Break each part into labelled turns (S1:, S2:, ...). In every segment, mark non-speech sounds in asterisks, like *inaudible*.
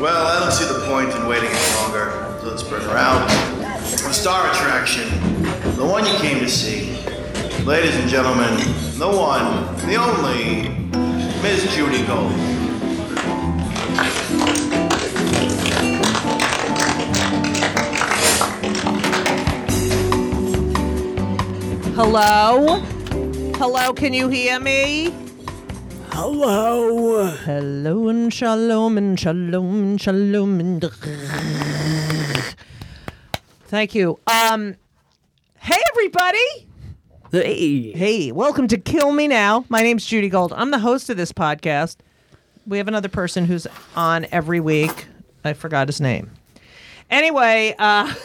S1: Well, I don't see the point in waiting any longer. So let's bring her out. The star attraction, the one you came to see. Ladies and gentlemen, the one, the only, Miss Judy Gold.
S2: Hello? Hello, can you hear me?
S3: Hello.
S2: Hello and shalom and shalom and shalom and Thank you. Um Hey everybody.
S3: Hey.
S2: Hey, welcome to Kill Me Now. My name's Judy Gold. I'm the host of this podcast. We have another person who's on every week. I forgot his name. Anyway, uh *laughs*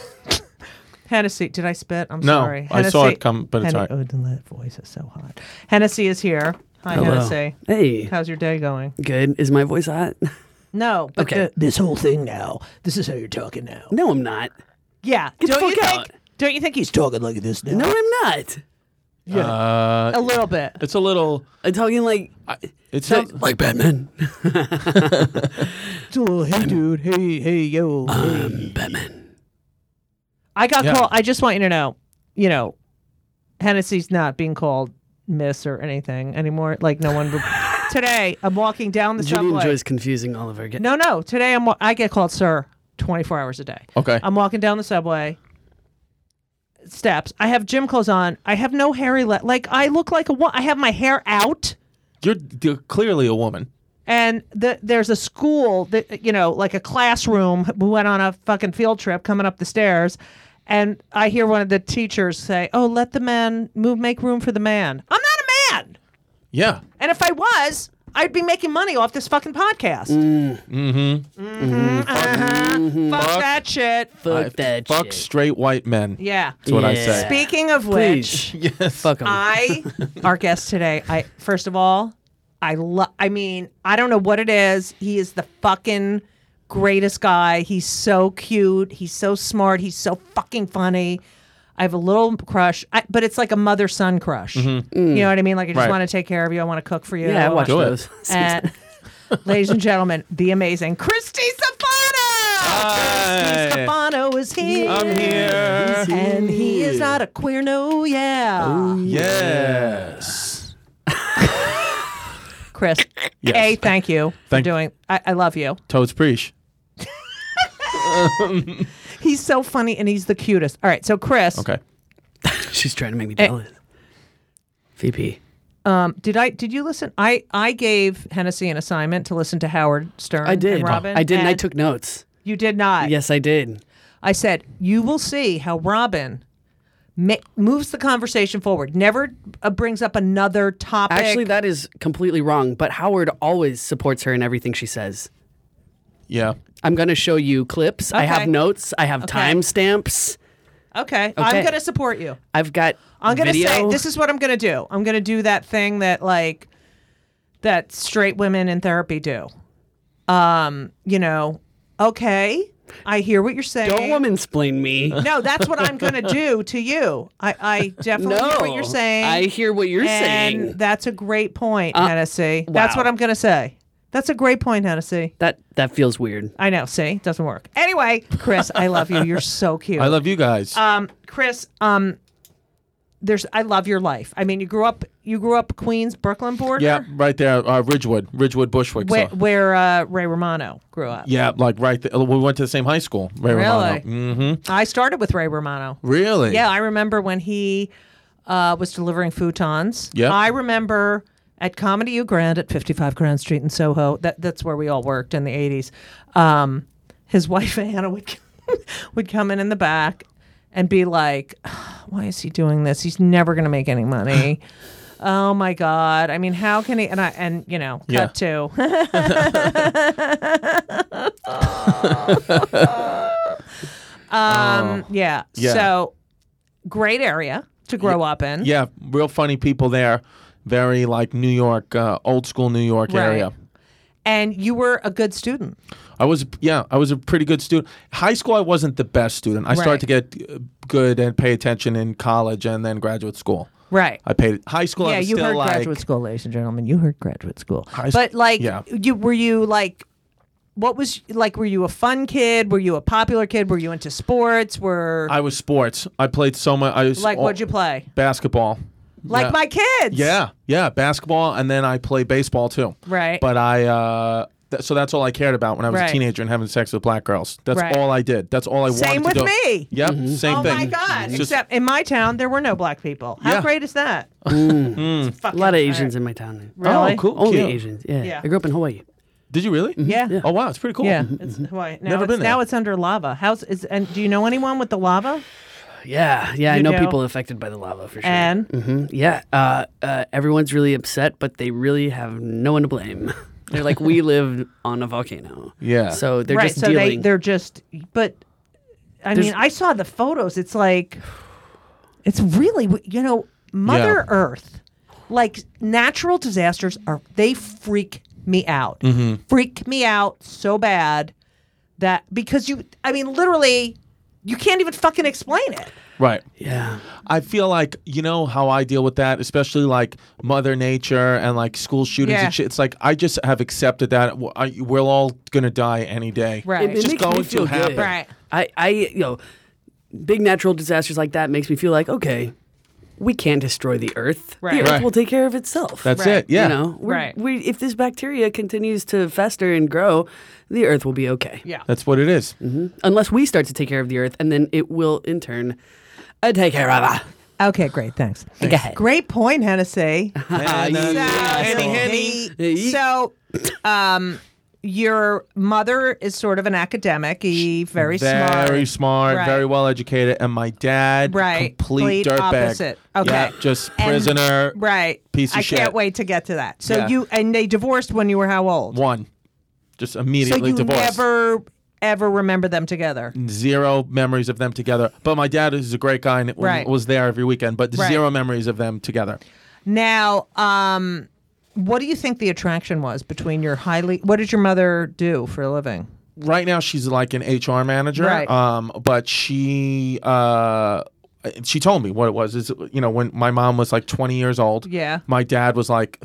S2: Hennessy, did I spit? I'm
S4: No,
S2: sorry.
S4: I saw it come, but it's
S2: Henne-
S4: all right.
S2: Oh, that voice is so hot. Hennessy is here. Hi, Hennessy.
S3: Hey.
S2: How's your day going?
S3: Good. Is my voice hot?
S2: No. But
S3: Okay.
S2: the- this whole thing now. This is how you're talking now.
S3: No, I'm not.
S2: Yeah.
S3: the
S2: Don't you
S3: fuck
S2: think?
S3: out.
S2: Don't you think he's talking like this now?
S3: No, I'm not.
S4: Uh,
S2: a little bit.
S4: it's a little.
S3: I'm talking like
S4: It sounds
S2: *laughs*
S3: like Batman.
S2: It's a little. Hey, dude. Hey, hey, yo.
S3: Batman.
S2: I got
S4: Yeah.
S2: called. I just want you to know, you know, Hennessy's not being called Miss or anything anymore. Like no one. Would... today, I'm walking down the
S3: Judy
S2: subway.
S3: enjoys confusing all of our guests.
S2: No, no. Today, I'm. wa- I get called sir 24 hours a day.
S4: okay.
S2: I'm walking down the subway steps. I have gym clothes on. I have no hairy le- like I look like a wo- I have my hair out.
S4: You're, you're clearly a woman.
S2: and the, there's a school that you know like a classroom we went on a fucking field trip coming up the stairs and i hear one of the teachers say oh let the man move make room for the man i'm not a man
S4: Yeah.
S2: and if i was i'd be making money off this fucking podcast mm-hmm mm-hmm, uh-huh. fuck that shit
S3: Fuck
S4: I-
S3: that
S4: fuck
S3: shit.
S4: straight white men.
S2: yeah
S4: That's what I
S3: Yeah.
S4: say.
S2: speaking of which
S3: Please.
S4: Yes.
S3: Fuck 'em.
S4: *laughs*
S2: I, our guest today, I first of all, I love. I mean, I don't know what it is. He is the fucking greatest guy. He's so cute. He's so smart. He's so fucking funny. I have a little crush, I, but it's like a mother son crush. You know what I mean? Like I just
S4: Mm-hmm. Right.
S2: want to take care of you. I want to cook for you.
S3: yeah, I watch
S2: wanna-
S4: Do
S3: those.
S4: it. *laughs*
S2: And, ladies and gentlemen, the amazing Christy Stefano.
S4: Hi.
S2: Christy Stefano is here.
S4: Ah. I'm here.
S2: And he is not a queer, no, yeah.
S4: Yes.
S2: Chris.
S4: Yes.
S2: A, thank you
S4: Thank-
S2: for doing. I, I love you.
S4: Toads preach.
S2: He's so funny and he's the cutest. All right, so Chris,
S4: Okay.
S3: She's trying to make me jealous. VP.
S2: um, did I did you listen? I I gave Hennessy an assignment to listen to Howard Stern.
S3: I did.
S2: And Robin.
S3: I did, and I
S2: and
S3: took notes.
S2: You did not.
S3: Yes, I did.
S2: I said you will see how Robin. Ma- moves the conversation forward. Never uh, brings up another topic.
S3: Actually, that is completely wrong. But Howard always supports her in everything she says.
S4: Yeah.
S3: I'm going to show you clips. I have
S2: Okay.
S3: notes. I have timestamps.
S2: okay, I'm
S3: Okay.
S2: going to support you.
S3: I've got.
S2: I'm gonna
S3: video.
S2: say this is what I'm gonna do. I'm gonna do that thing that like that straight women in therapy do. Um, you know, okay, I hear what you're saying.
S3: Don't woman explain me.
S2: No, that's what I'm gonna do to you. I, I definitely hear what you're saying.
S3: I hear what you're
S2: and
S3: saying. Uh,
S2: that's a great point, Hennessy. That's
S3: wow.
S2: what I'm gonna say. That's a great point, Hennessy.
S3: That that feels weird.
S2: I know. See, doesn't work. Anyway, Chris, I love you. You're so cute.
S4: I love you guys.
S2: um, Chris, um, there's I love your life. I mean, you grew up you grew up Queens, Brooklyn border.
S4: yeah, right there, uh, Ridgewood, Ridgewood, Bushwick.
S2: Where,
S4: so-
S2: where uh, Ray Romano grew up.
S4: Yeah, like right. There. We went to the same high school. Ray
S2: Really?
S4: Romano. hmm
S2: I started with Ray Romano.
S4: Really?
S2: Yeah, I remember when he uh, was delivering futons.
S4: Yeah.
S2: I remember at Comedy U Grand at 55 Grand Street in Soho. That that's where we all worked in the 80s. Um, his *laughs* wife Anna would would come *laughs* in in the back and be like, "Why is he doing this? He's never going to make any money."
S4: *laughs*
S2: Oh my God! I mean, how can he? And I and you know,
S4: Yeah.
S2: cut
S4: *laughs*
S2: to *laughs* Um, yeah.
S4: Oh. Yeah.
S2: So great area to grow up in.
S4: Yeah, real funny people there. Very like New York, uh, old school New York
S2: Right.
S4: area.
S2: And you were a good student.
S4: I was yeah, I was a pretty good student. High school, I wasn't the best student. I
S2: Right.
S4: started to get uh, good and pay attention in college and then graduate school.
S2: Right.
S4: I paid high school. I
S2: yeah,
S4: was
S2: you
S4: still
S2: heard
S4: like,
S2: graduate school, ladies and gentlemen. You heard graduate school.
S4: High sch-
S2: but like,
S4: yeah.
S2: you were you like, what was like? Were you a fun kid? Were you a popular kid? Were you into sports? Were
S4: I was sports. I played so much. I was
S2: like,
S4: all-
S2: what'd you play?
S4: Basketball.
S2: Like
S4: Yeah.
S2: my kids.
S4: Yeah, yeah, basketball, and then I play baseball too.
S2: Right.
S4: But I, uh, th- so that's all I cared about when I was
S2: Right.
S4: a teenager and having sex with black girls. That's
S2: Right.
S4: all I did. That's all I
S2: Same
S4: wanted to
S2: with
S4: do.
S2: me.
S4: Yep. Same
S2: Oh
S4: thing.
S2: my god!
S4: It's just-
S2: Except in my town, there were no black people. How
S4: Yeah. Hmm.
S2: great is
S4: *laughs*
S2: that? It's
S3: A
S2: fucking-
S3: lot of Asians in my town.
S2: Really?
S4: Oh, cool.
S3: Only
S4: cute.
S3: Asians. Yeah.
S2: Yeah.
S3: I grew up in Hawaii.
S4: Did you really?
S2: Yeah.
S4: Oh wow, it's pretty cool.
S2: Yeah, it's Hawaii. Now
S4: Never
S2: it's,
S4: been there.
S2: Now it's under lava. How's is and do you know anyone with the lava?
S3: Yeah. Yeah. I
S2: You
S3: know
S2: do?
S3: people affected by the lava for sure.
S2: And
S3: hmm Yeah. Uh, uh, everyone's really upset, but they really have no one to blame. *laughs* they're
S2: *laughs*
S3: like, we live on a volcano.
S4: Yeah.
S3: So they're
S2: right,
S3: just
S2: so they
S3: dealing.
S2: they're just. But I
S3: There's-
S2: mean, I saw the photos. It's like, it's really you know Mother Earth, like natural disasters are they freak me out,
S3: Mm-hmm.
S2: freak me out so bad that because you, I mean, literally, you can't even fucking explain it.
S4: Right.
S3: yeah.
S4: I feel like you know how I deal with that, especially like Mother Nature and like school shootings
S2: Yeah.
S4: and shit. It's like I just have accepted that w- I- we're all gonna die any day.
S2: Right. It
S4: It's just
S3: makes me
S4: going
S3: feel
S4: to
S3: good.
S4: happen.
S2: Right.
S3: I, I, you know, big natural disasters like that makes me feel like, okay, we can't destroy the earth.
S2: Right.
S3: The earth
S4: Right.
S3: will take care of itself.
S4: That's
S2: Right.
S4: it. Yeah.
S3: You know, We're-
S2: Right.
S3: We, if this bacteria continues to fester and grow, the earth will be okay.
S2: Yeah.
S4: That's what it is.
S3: Mm-hmm. Unless we start to take care of the earth, and then it will in turn uh, take care of us.
S2: Okay, great. Thanks.
S3: Go ahead.
S2: Great point, Hennessy.
S4: And, uh,
S2: So, the- so, um, your mother is sort of an academic, very smart.
S4: very smart,
S2: Right.
S4: very well educated, and my dad,
S2: Right. Complete
S4: complete dirtbag,
S2: opposite. Okay.
S4: yeah, just
S2: And-
S4: prisoner,
S2: Right.
S4: Piece of
S2: I
S4: shit.
S2: can't wait to get to that. So
S4: Yeah.
S2: you and they divorced when you were how old?
S4: one, just
S2: so
S4: immediately
S2: you
S4: divorced. Mm.
S2: never ever remember them together.
S4: zero memories of them together. But my dad is a great guy and it was-
S2: Right.
S4: was there every weekend, but
S2: Right.
S4: zero memories of them together.
S2: Now, um, what do you think the attraction was between your highly what did your mother do for a living?
S4: right now she's like an HR manager.
S2: Right.
S4: Um, but she uh, she told me what it was. Is you know when my mom was like 20 years old.
S2: Yeah.
S4: My dad was like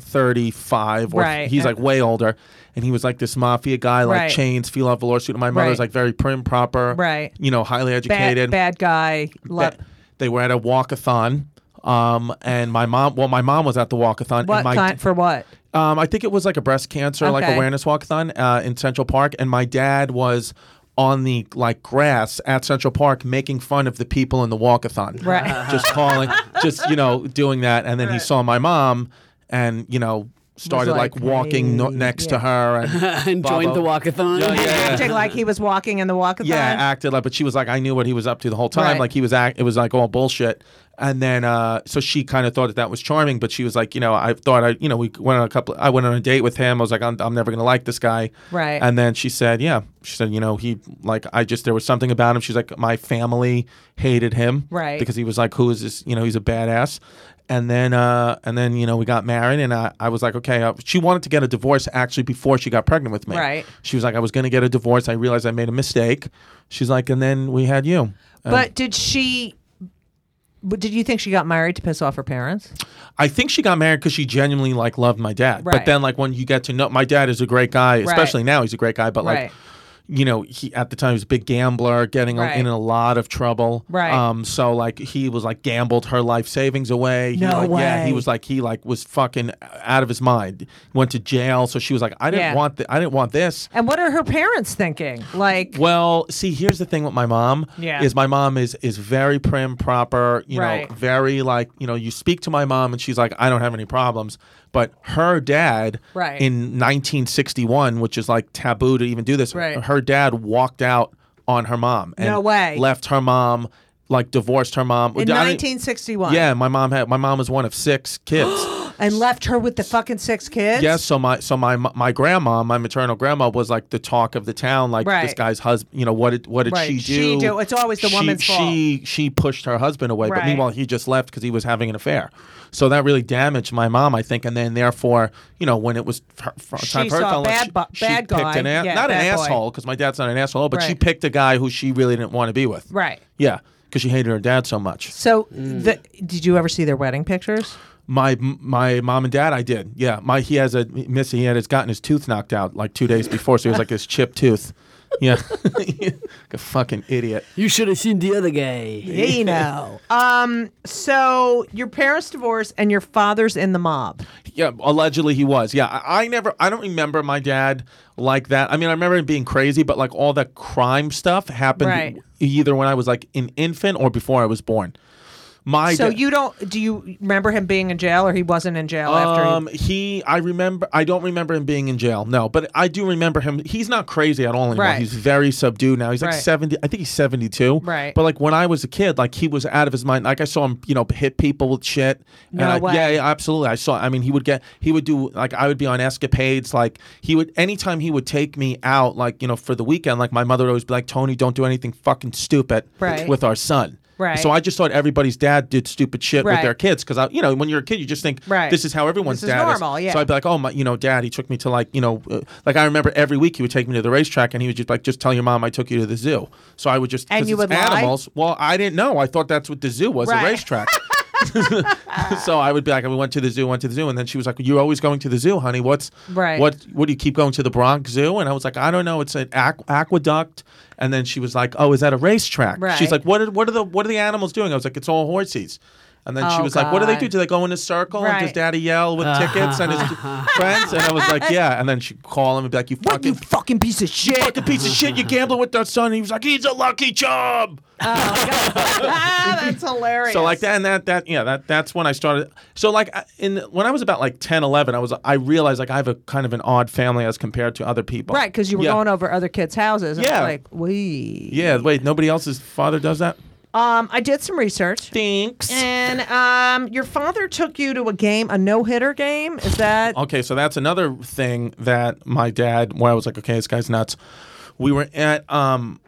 S4: 35. Or
S2: Right.
S4: He's like way older, and he was like this mafia guy, like
S2: Right.
S4: chains, feel out velour suit. And my mother's
S2: Right.
S4: like very prim proper.
S2: Right.
S4: You know, highly
S2: Bad,
S4: educated.
S2: bad guy. Lo-
S4: Ba- They were at a walkathon. Um, and my mom, well, my mom was at the walkathon.
S2: what
S4: and my,
S2: kind for what?
S4: um, I think it was like a breast cancer like
S2: Okay.
S4: awareness walkathon uh, in Central Park, and my dad was on the like grass at Central Park making fun of the people in the walkathon,
S2: Right.
S4: *laughs* just calling, just you know, doing that, and then he saw my mom, and you know, started like,
S2: like,
S4: walking no-
S2: "Hey,"
S4: next
S2: yeah.
S4: to her
S2: *laughs*
S3: *laughs*
S4: and.
S3: and joined the
S4: Bravo.
S3: walkathon.
S4: Yeah, yeah.
S2: Acting like he was walking in the walkathon.
S4: Yeah, acted like, but she was like, I knew what he was up to the whole time.
S2: Right.
S4: Like he was, act, it was like all bullshit. And then, uh, so she kind of thought that that was charming, but she was like, you know, I thought I, you know, we went on a couple. I went on a date with him. I was like, I'm, I'm never gonna like this guy.
S2: Right.
S4: And then she said, yeah, she said, you know, he like, I just there was something about him. She's like, my family hated him,
S2: Right.
S4: Because he was like, who is this? You know, he's a badass. And then, uh, and then, you know, we got married, and I, I was like, okay. Uh, she wanted to get a divorce actually before she got pregnant with me.
S2: Right.
S4: She was like, I was going to get a divorce. I realized I made a mistake. She's like, and then we had you.
S2: But did she? But did you think she got married to piss off her parents?
S4: I think she got married because she genuinely like loved my dad. But
S2: Right.
S4: then like when you get to know my dad is a great guy, especially now he's a great guy. But like,
S2: Right.
S4: you know, he at the time he was a big gambler, getting a-
S2: Right.
S4: in a lot of trouble.
S2: Right.
S4: Um. So like he was like gambled her life savings away. He,
S2: No
S4: like, Yeah. He
S2: way.
S4: was like he like was fucking out of his mind. Went to jail. So she was like, I didn't
S2: Yeah.
S4: want th- I didn't want this.
S2: And what are her parents thinking? Like,
S4: Well, see, here's the thing with my mom.
S2: Yeah.
S4: Is my mom is is very prim, proper. You
S2: Right.
S4: know, very like you know. You speak to my mom and she's like, I don't have any problems. But her dad,
S2: Right.
S4: in 1961, which is like taboo to even do this.
S2: Right.
S4: Her dad walked out on her mom. And
S2: No way.
S4: Left her mom, like divorced her mom.
S2: in
S4: I didn't-
S2: 1961.
S4: Yeah, my mom had. My mom was one of six
S2: *gasps*
S4: kids.
S2: And left her with the fucking six kids.
S4: Yes, so my so my my grandma, my maternal grandma, was like the talk of the town. Like this
S2: Right.
S4: guy's husband, you know, what did what did
S2: Right.
S4: she do?
S2: She do- it's always the
S4: she,
S2: woman's fault.
S4: She she pushed her husband away, but
S2: Right.
S4: meanwhile he just left because he was having an affair. So that really damaged my mom, I think, and then therefore, you know, when it was her, for-
S2: She
S4: time for her
S2: saw
S4: to
S2: a
S4: like,
S2: bad
S4: she,
S2: bu-
S4: she
S2: bad
S4: picked
S2: guy.
S4: an a-
S2: Yeah,
S4: not an
S2: bad boy.
S4: asshole because my dad's not an asshole, but she
S2: Right.
S4: picked a guy who she really didn't want to be with.
S2: Right.
S4: Yeah. because she hated her dad so much.
S2: So, the, did you ever see their wedding pictures?
S4: My my mom and dad, I did. Yeah, my he has a Missy. He had has gotten his tooth knocked out like two days before, so he was like this chipped tooth. Yeah, *laughs* like a fucking idiot.
S3: You should have seen the other guy.
S2: Hey, no. *laughs* Um. So your parents divorced, and your father's in the mob.
S4: Yeah, allegedly he was. Yeah, I, I never, I don't remember my dad like that. I mean, I remember him being crazy, but like all the crime stuff happened
S2: Right.
S4: either when I was like an infant or before I was born. My
S2: So
S4: da-
S2: you don't? Do you remember him being in jail, or he wasn't in jail after? he-
S4: Um, he, I remember, I don't remember him being in jail. No, but I do remember him. He's not crazy at all anymore.
S2: Right.
S4: He's very subdued now. He's like
S2: Right.
S4: 70, I think he's 72.
S2: Right.
S4: But like when I was a kid, like he was out of his mind. Like I saw him, you know, hit people with shit.
S2: No
S4: and I,
S2: way.
S4: Yeah, yeah, absolutely. I saw, I mean, he would get, he would do, like I would be on escapades. Like he would, anytime he would take me out, like, you know, for the weekend, like my mother would always be like, Tony, don't do anything fucking stupid
S2: Right.
S4: with our son.
S2: Right.
S4: So I just thought everybody's dad did stupid shit with
S2: Right.
S4: their kids because I, you know, when you're a kid, you just think
S2: Right.
S4: this is how everyone
S2: This is
S4: dad
S2: normal, yeah.
S4: So I'd be like, oh my, you know, dad, he took me to like, you know, uh, like I remember every week he would take me to the racetrack and he would just like, just tell your mom I took you to the zoo. So I would just 'cause
S2: And you would
S4: it's
S2: lie?
S4: animals. Well, I didn't know. I thought that's what the zoo was,
S2: Right.
S4: a
S2: *laughs*
S4: racetrack. *laughs* so I would be like, we went to the zoo, went to the zoo, and then she was like, "You're always going to the zoo, honey. What's
S2: Right.
S4: What? What do you keep going to the Bronx Zoo?" And I was like, "I don't know. It's an aqu- aqueduct." And then she was like, "Oh, is that a racetrack?"
S2: Right.
S4: She's like, "What are what are the what are the animals doing?" I was like, "It's all horses." And then she
S2: Oh,
S4: was like, "What do they
S2: God.
S4: do? Do they go in a circle and
S2: Right.
S4: does Daddy yell with tickets and his friends?" And I was
S2: *laughs*
S4: like, "Yeah." And then she'd call him and be like, "You
S2: what you
S4: fucking."
S2: fucking piece of shit!
S4: Fucking piece of shit! You're gambling with that son. And he was like, "He's a lucky chub."
S2: *laughs* ah, that's hilarious.
S4: *laughs* So like that and that that yeah that that's when I started. So like I- in when I was about like 10, 11, I was I realized like I have a kind of an odd family as compared to other people.
S2: Right, because you were
S4: Yeah.
S2: going over other kids' houses. And yeah.
S4: Yeah.
S2: Like, we.
S4: Yeah. Wait. Nobody else's father does that.
S2: Um, I did some research.
S4: Thanks.
S2: And um, your father took you to a game, a no hitter game. Is that
S4: Okay, so that's another thing that my dad, where I was like, okay, this guy's nuts. We were at um,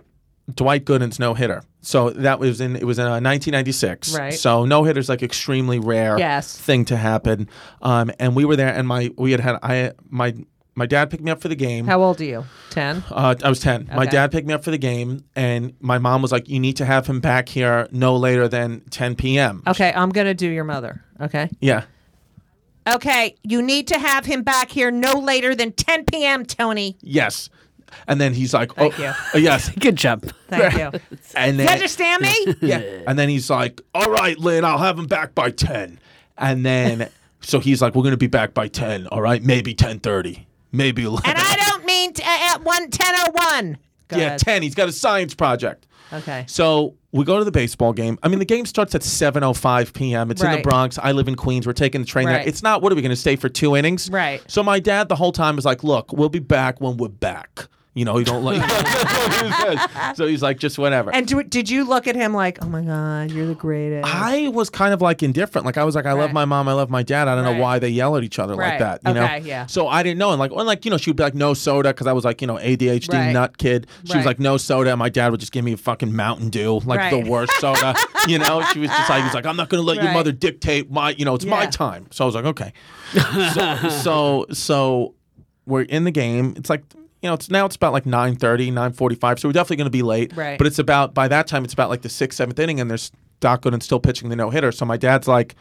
S4: Dwight Gooden's no hitter. So that was in it was in uh, 1996.
S2: Right.
S4: So no hitters like extremely rare
S2: Yes.
S4: thing to happen. Um, and we were there, and my we had had I my my dad picked me up for the game.
S2: how old are you? Ten.
S4: Uh, I was 10. My
S2: Okay.
S4: dad picked me up for the game, and my mom was like, You need to have him back here no later than 10 p.m.
S2: Okay, I'm gonna do your mother. Okay.
S4: Yeah.
S2: Okay, you need to have him back here no later than 10 p.m. Tony.
S4: Yes. And then he's like,
S2: Thank
S4: oh,
S2: you.
S4: uh, *laughs* Yes.
S3: Good job.
S2: *laughs*
S3: *laughs*
S2: Thank you.
S4: *laughs* And
S2: You
S4: then,
S2: understand me?
S4: *laughs* yeah. and then he's like, All right, Lynn, I'll have him back by 10.
S2: *laughs*
S4: And then, so he's like, We're going to be back by 10, all right? Maybe 10.30, maybe 11.
S2: And I don't mean t- at one ten oh one. Go
S4: *laughs* yeah,
S2: ahead.
S4: 10. He's got a science project.
S2: Okay.
S4: So we go to the baseball game. I mean, the game starts at 7:05 p.m. It's in
S2: Right.
S4: the Bronx. I live in Queens. We're taking the train
S2: Right.
S4: there. It's not. What are we going to stay for two innings?
S2: Right.
S4: So my dad the whole time is like, "Look, we'll be back when we're back." You know, he
S2: *laughs*
S4: don't like. *laughs* so he's like, just whatever.
S2: And do, did you look at him like, oh my God, you're the greatest?
S4: I was kind of like indifferent. Like I was like, I
S2: Right.
S4: love my mom, I love my dad. I don't
S2: Right.
S4: know why they yell at each other
S2: Right.
S4: like that. You
S2: Okay,
S4: know?
S2: yeah.
S4: So I didn't know. And like, or like you know, she would be like, no soda, because I was like, you know, ADHD
S2: Right.
S4: nut kid. She
S2: Right.
S4: was like, no soda. And my dad would just give me a fucking Mountain Dew, like
S2: Right.
S4: the worst soda. you know, she was just like, he was like, I'm not gonna let your
S2: Right.
S4: mother dictate my, you know, it's my
S2: Yeah.
S4: time. So I was like, okay. so, so so we're in the game. It's like. You know, it's now it's about like 9.30, 9.45, so we're definitely going to be late.
S2: Right.
S4: But it's it's about by that time it's about like the sixth, seventh inning, and there's Doc Gooden still pitching the no hitter. So my dad's like,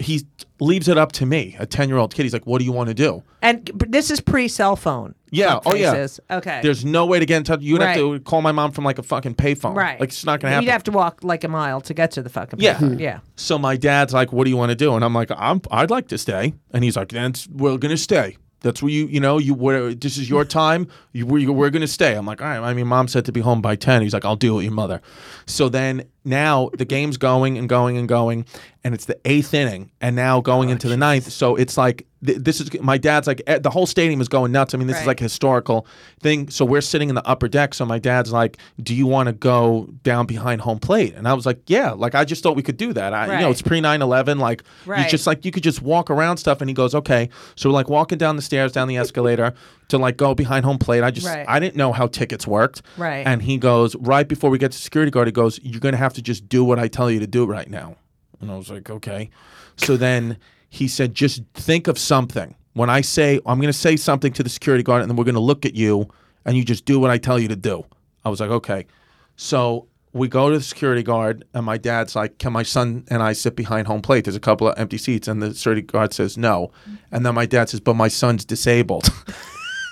S4: he leaves it up to me, a ten year old kid. He's like, what do you want to do?
S2: and but this is pre cell phone.
S4: Yeah. Oh yeah.
S2: faces. Okay.
S4: There's no way to get in touch. You'd have to call my mom from like a fucking payphone.
S2: right.
S4: Like it's not gonna happen.
S2: You'd have to walk like a mile to get to the fucking
S4: Yeah.
S2: place. Yeah.
S4: So my dad's like, "What do you want to do?" And I'm like, I'm, "I'd like to stay." And he's like, "That's we're gonna stay. That's where you you know you where this is your time. You, we, we're gonna stay." I'm like, "All right." I mean, mom said to be home by ten. He's like, "I'll deal with your mother." So then now the game's going and going and going, and it's the eighth inning, and now going into the ninth. So it's like th- this is my dad's like eh, the whole stadium is going nuts. I mean, this
S2: Right.
S4: is like historical thing. So we're sitting in the upper deck. So my dad's like, "Do you want to go down behind home plate?" And I was like, "Yeah." Like I just thought we could do that. I, You
S2: Right.
S4: know, it's pre 9/11. Like
S2: Right.
S4: you just like you could just walk around stuff. And he goes, "Okay." So we're like walking down the stairs, down the escalator to like go behind home plate. I just
S2: Right.
S4: I didn't know how tickets worked.
S2: Right.
S4: And he goes right before we get to security guard. He goes, "You're gonna have to just do what I tell you to do right now." And I was like, okay. So then he said, just think of something. When I say, I'm going to say something to the security guard and then we're going to look at you and you just do what I tell you to do. I was like, okay. So we go to the security guard, and my dad's like, "Can my son and I sit behind home plate?" There's a couple of empty seats, and the security guard says no, and then my dad says, "But my son's disabled," *laughs*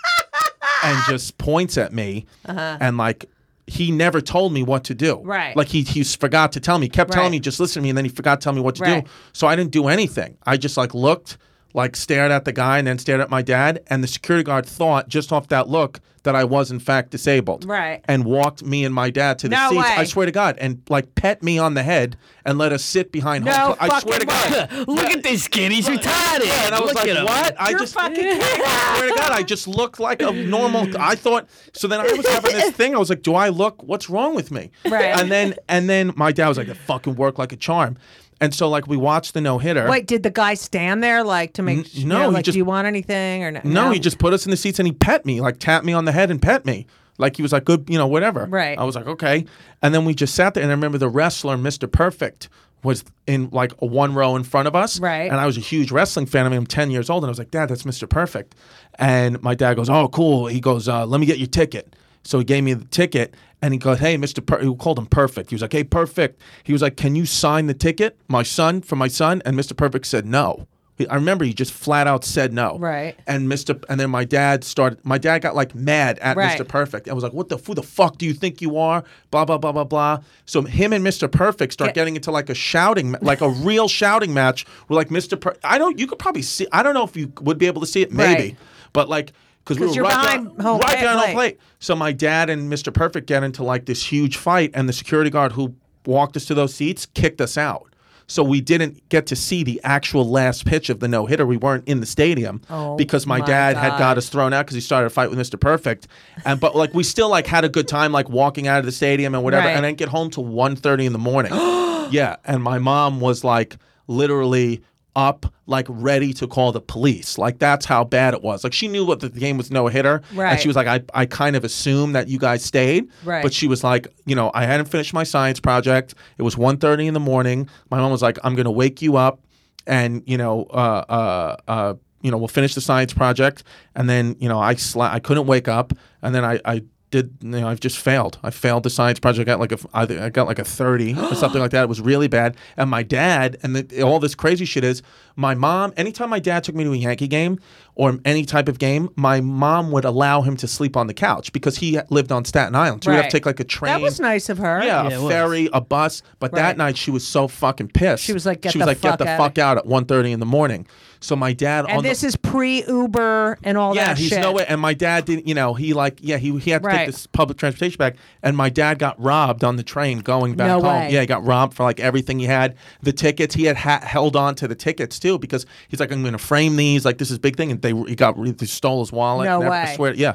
S4: and just points at me, and like. He never told me what to do.
S2: Uh-huh. Right.
S4: Like he he s- forgot to tell me. He kept telling
S2: Right.
S4: me just listen to me, and then he forgot to tell me what to
S2: Right.
S4: do. So I didn't do anything. I just like looked, like stared at the guy, and then stared at my dad. And the security guard thought just off that look that I was in fact disabled.
S2: Right.
S4: And walked me and my dad to the
S2: No
S4: seats.
S2: way.
S4: I swear to God, and like pet me on the head and let us sit behind.
S2: No
S4: home. I
S2: fucking
S4: swear to God.
S3: Look at this kid. He's retarded.
S4: And I was
S3: Look
S4: like,
S3: at him.
S4: "What?" I
S2: You're
S4: just
S2: fucking kidding.
S4: I swear to God, I just looked like a normal. I thought so. Then I was
S2: *laughs*
S4: having this thing. I was like, "Do I look? What's wrong with me?"
S2: Right.
S4: And then and then my dad was like, "It fucking worked like a charm." And so like we watched the no hitter.
S2: Wait, did the guy stand there like to make sure?
S4: Hmm. no, he
S2: like,
S4: just-
S2: do you want anything or no?
S4: No, he just put us in the seats and he pet me, like tapped me on the head and pet me. Like he was like, good, you know, whatever.
S2: Right.
S4: I was like, okay. And then we just sat there. And I remember the wrestler, Mr. Perfect, was in like a one row in front of us.
S2: Right.
S4: And I was a huge wrestling fan. I mean, I'm 10 years old. And I was like, Dad, that's Mr. Perfect. And my dad goes, oh, cool. He goes, uh, let me get your ticket. So he gave me the ticket and he goes, hey, Mr. Per-, he called him Perfect. He was like, hey, Perfect. He was like, can you sign the ticket, my son, for my son? And Mr. Perfect said no. He- I remember he just flat out said no.
S2: Right.
S4: And Mr. P- And then my dad started. My dad got like mad at
S2: Right.
S4: Mr. Perfect. I was like, "What the who the fuck do you think you are?" Blah blah blah blah blah. So him and Mr. Perfect start
S2: Get-
S4: getting into like a shouting, ma-
S2: *laughs*
S4: like a real shouting match. Where like Mr. Per- I don't. You could probably see. I don't know if you would be able to see it, maybe,
S2: Right.
S4: but like. Because we
S2: 'Cause
S4: were
S2: you're
S4: right,
S2: behind
S4: down,
S2: home
S4: right
S2: plate,
S4: down home
S2: like-
S4: plate. So my dad and Mr. Perfect get into like this huge fight, and the security guard who walked us to those seats kicked us out. So we didn't get to see the actual last pitch of the no hitter. We weren't in the stadium
S2: Oh
S4: because my,
S2: my
S4: dad had
S2: God.
S4: got us thrown out because he started a fight with Mr. Perfect. And but like we still like had a good time like walking out of the stadium and whatever.
S2: Right.
S4: And I didn't get home till 1.30 in the morning.
S2: *gasps*
S4: yeah, and my mom was like literally up like ready to call the police like that's how bad it was like she knew what the game was no hitter and
S2: Right.
S4: she was like I, I kind of assumed that you guys stayed
S2: Right.
S4: but she was like you know i hadn't finished my science project it was 1.30 in the morning my mom was like i'm gonna wake you up and you know uh, uh, uh, you know we'll finish the science project and then you know i sla- i couldn't wake up and then i, I did you know I've just failed. I failed the science project. I got like a f- I think I got like a thirty or something like that. It was really bad. And my dad and the, all this crazy shit is my mom. Anytime my dad took me to a Yankee game or any type of game, my mom would allow him to sleep on the couch because he lived on Staten Island. So we'd have
S2: Right.
S4: to take like a train.
S2: That was nice of her.
S4: Yeah,
S3: Yeah, it
S4: a
S3: was.
S4: ferry, a bus. But
S2: Right.
S4: that night she was so fucking pissed.
S2: She was like, "Get
S4: she was
S2: the
S4: like, get
S2: fuck
S4: the
S2: outta
S4: fuck out at 1.30 in the morning. So my dad
S2: And
S4: on
S2: this
S4: the,
S2: is pre Uber and all
S4: yeah,
S2: that
S4: he's
S2: shit.
S4: no way. And my dad didn't, you know, he like, yeah, he, he had to
S2: Right.
S4: take this public transportation back. And my dad got robbed on the train going back
S2: No
S4: home.
S2: way.
S4: Yeah, he got robbed for like everything he had. The tickets, he had ha- held on to the tickets too because he's like, I'm going to frame these. Like, this is a big thing. And they he got, re- they stole his wallet.
S2: No
S4: and every-
S2: way.
S4: I swear, yeah.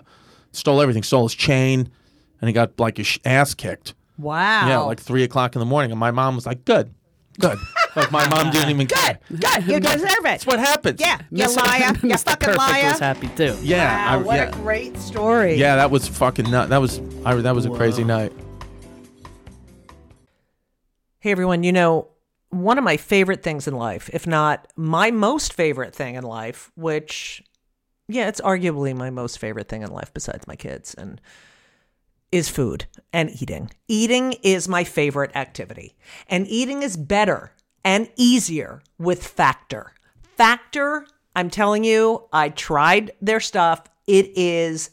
S4: Stole everything, stole his chain, and he got like his sh- ass kicked.
S2: Wow.
S4: Yeah, like three o'clock in the morning. And my mom was like, good, good.
S2: *laughs*
S4: like, my mom didn't even care.
S2: Good.
S4: *laughs*
S2: You deserve it.
S4: That's what happens.
S2: Yeah. You
S3: Mr. *laughs*
S2: liar. You
S3: Mr.
S2: fucking
S3: Perfect
S2: liar.
S3: was happy too.
S4: Yeah.
S2: Wow,
S4: I-
S2: what
S4: yeah.
S2: a great story.
S4: Yeah, that was fucking nut. That was I, that was a crazy night.
S2: Hey, everyone. You know, one of my favorite things in life, if not my most favorite thing in life, which, yeah, it's arguably my most favorite thing in life besides my kids, and is food and eating. Eating is my favorite activity, and eating is better and easier with Factor. Factor, I'm telling you, I tried their stuff. It is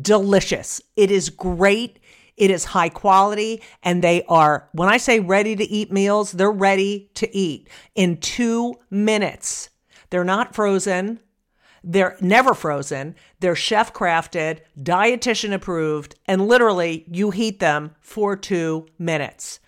S2: delicious. It is great. It is high quality. And they are, when I say ready to eat meals, they're ready to eat in two minutes. They're not frozen. They're never frozen. They're chef crafted, dietitian approved, and literally you heat them for two minutes.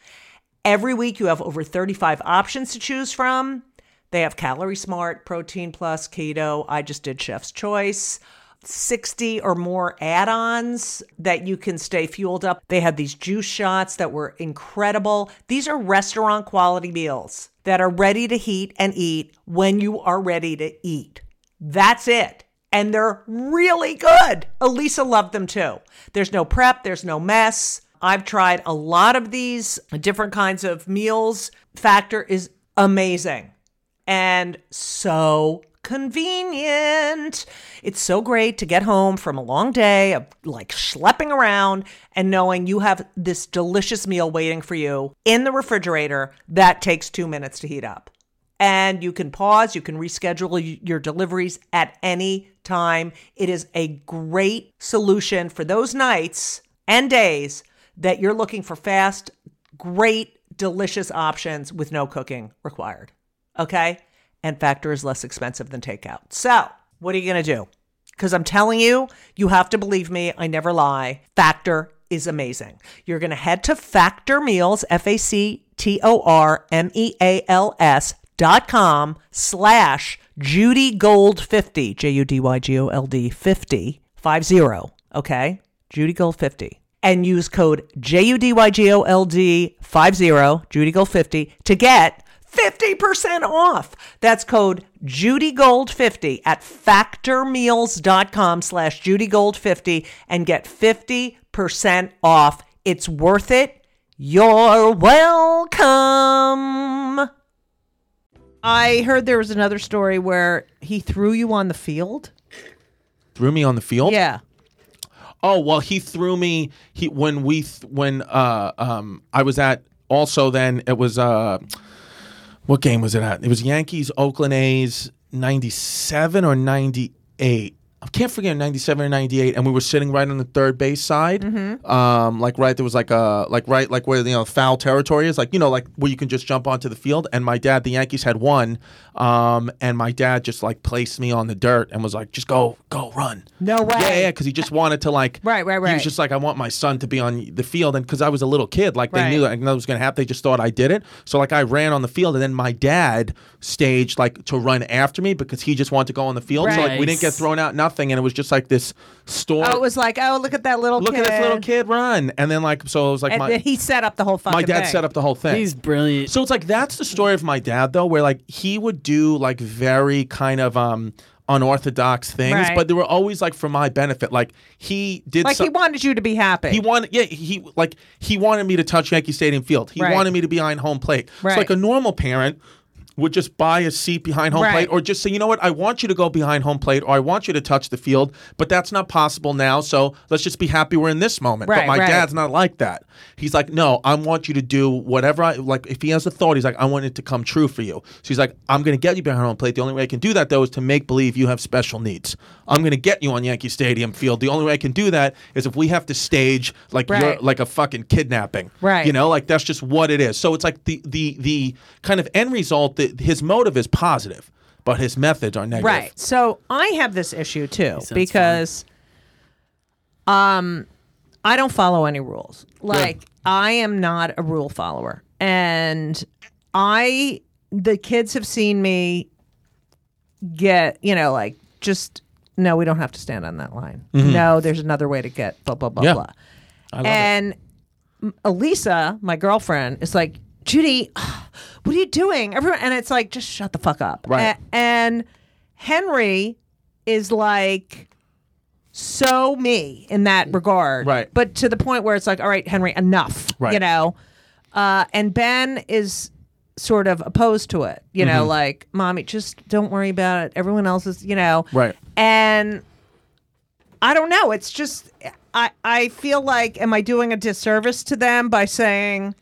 S2: Every week, you have over 35 options to choose from. They have Calorie Smart, Protein Plus, Keto. I just did Chef's Choice. 60 or more add ons that you can stay fueled up. They had these juice shots that were incredible. These are restaurant quality meals that are ready to heat and eat when you are ready to eat. That's it. And they're really good. Elisa loved them too. There's no prep, there's no mess. I've tried a lot of these different kinds of meals. Factor is amazing and so convenient. It's so great to get home from a long day of like schlepping around and knowing you have this delicious meal waiting for you in the refrigerator that takes two minutes to heat up. And you can pause, you can reschedule y- your deliveries at any time. It is a great solution for those nights and days that you're looking for fast, great, delicious options with no cooking required. Okay? And Factor is less expensive than takeout. So, what are you going to do? Because I'm telling you, you have to believe me. I never lie. Factor is amazing. You're going to head to Factor Meals, F A C T O R M E A L S dot com slash Judy Gold 50, J U D Y G O L D 50, 50. Okay. Judy Gold 50 and use code JUDYGOLD50, JudyGold50, to get 50% off. That's code JudyGold50 at factormeals.com slash JudyGold50 and get 50% off. It's worth it. You're welcome. I heard there was another story where he threw you on the field.
S4: Threw me on the field.
S2: Yeah.
S4: Oh well, he threw me. He when we th- when uh um I was at also then it was uh what game was it at? It was Yankees Oakland A's ninety seven or ninety eight. I can't forget ninety seven or ninety eight, and we were sitting right on the third base side,
S2: Mm-hmm.
S4: um, like right there was like a like right like where you know foul territory is, like you know like where you can just jump onto the field. And my dad, the Yankees had won, um, and my dad just like placed me on the dirt and was like, just go go run.
S2: No way.
S4: Yeah, yeah, because he just wanted to like.
S2: Right, right,
S4: He
S2: right.
S4: was just like, I want my son to be on the field, and because I was a little kid, like they
S2: Right.
S4: knew like, that was gonna happen. They just thought I did it. So like I ran on the field, and then my dad staged like to run after me because he just wanted to go on the field. So like we didn't get
S3: Nice.
S4: thrown out, nothing, and it was just like this story.
S2: Oh, it was like, oh, look at that little
S4: Look
S2: kid.
S4: at this little kid run, and then like so it was like
S2: And
S4: my
S2: then he set up the whole fucking
S4: my dad
S2: thing.
S4: set up the whole thing.
S3: He's brilliant.
S4: So it's like that's the story of my dad though, where like he would do like very kind of um unorthodox things,
S2: Right.
S4: but they were always like for my benefit. Like he did
S2: Like
S4: so-
S2: he wanted you to be happy.
S4: he wanted, yeah, he like he wanted me to touch Yankee Stadium field. He
S2: Right.
S4: wanted me to be behind home plate. It's
S2: Right.
S4: like a normal parent would just buy a seat behind home
S2: Right.
S4: plate, or just say, you know what, I want you to go behind home plate, or I want you to touch the field, but that's not possible now. So let's just be happy we're in this moment.
S2: Right,
S4: but my
S2: right.
S4: dad's not like that. He's like, no, I want you to do whatever I like. If he has a thought, he's like, I want it to come true for you. So he's like, I'm going to get you behind home plate. The only way I can do that though is to make believe you have special needs. I'm going to get you on Yankee Stadium field. The only way I can do that is if we have to stage like your-
S2: Right.
S4: like a fucking kidnapping.
S2: Right.
S4: You know, like that's just what it is. So it's like the the the kind of end result that his motive is positive, but his methods are negative.
S2: Right. So I have this issue too
S3: sounds
S2: because um I don't follow any rules. Like I am not a rule follower. And I the kids have seen me get, you know, like just no, we don't have to stand on that line. No, there's another way to get blah blah blah
S4: Mm-hmm. Yeah.
S2: blah.
S4: I love it.
S2: And m- Elisa, my girlfriend, is like, Judy, *sighs* what are you doing? Everyone, and it's like, just shut the fuck up. A-
S4: Right.
S2: and Henry is like, so me in that regard.
S4: Right.
S2: But to the point where it's like, all right, Henry, enough.
S4: Right.
S2: You know. Uh, and Ben is sort of opposed to it. You
S4: Mm-hmm.
S2: know, like, mommy, just don't worry about it. Everyone else is, you know.
S4: Right.
S2: And I don't know. It's just I I feel like am I doing a disservice to them by saying,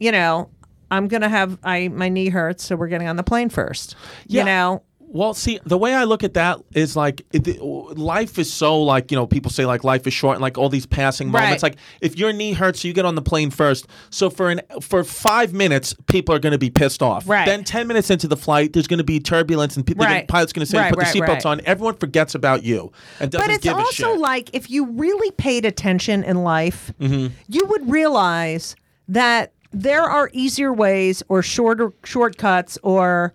S2: you know, I'm gonna have I my knee hurts, so we're getting on the plane first.
S4: Yeah.
S2: You know,
S4: Well, see, the way I look at that is like it, the- life is so like you know people say like life is short and like all these passing
S2: Right.
S4: moments. Like if your knee hurts, you get on the plane first. So for an for five minutes, people are going to be pissed off.
S2: Right.
S4: Then ten minutes into the flight, there's going to be turbulence and pe- the
S2: Right.
S4: pilot's going to say
S2: Right,
S4: put
S2: right,
S4: the seatbelts
S2: right.
S4: on. Everyone forgets about you and doesn't
S2: but it's
S4: give a shit.
S2: also like if you really paid attention in life,
S4: Mm-hmm.
S2: you would realize that there are easier ways or shorter shortcuts or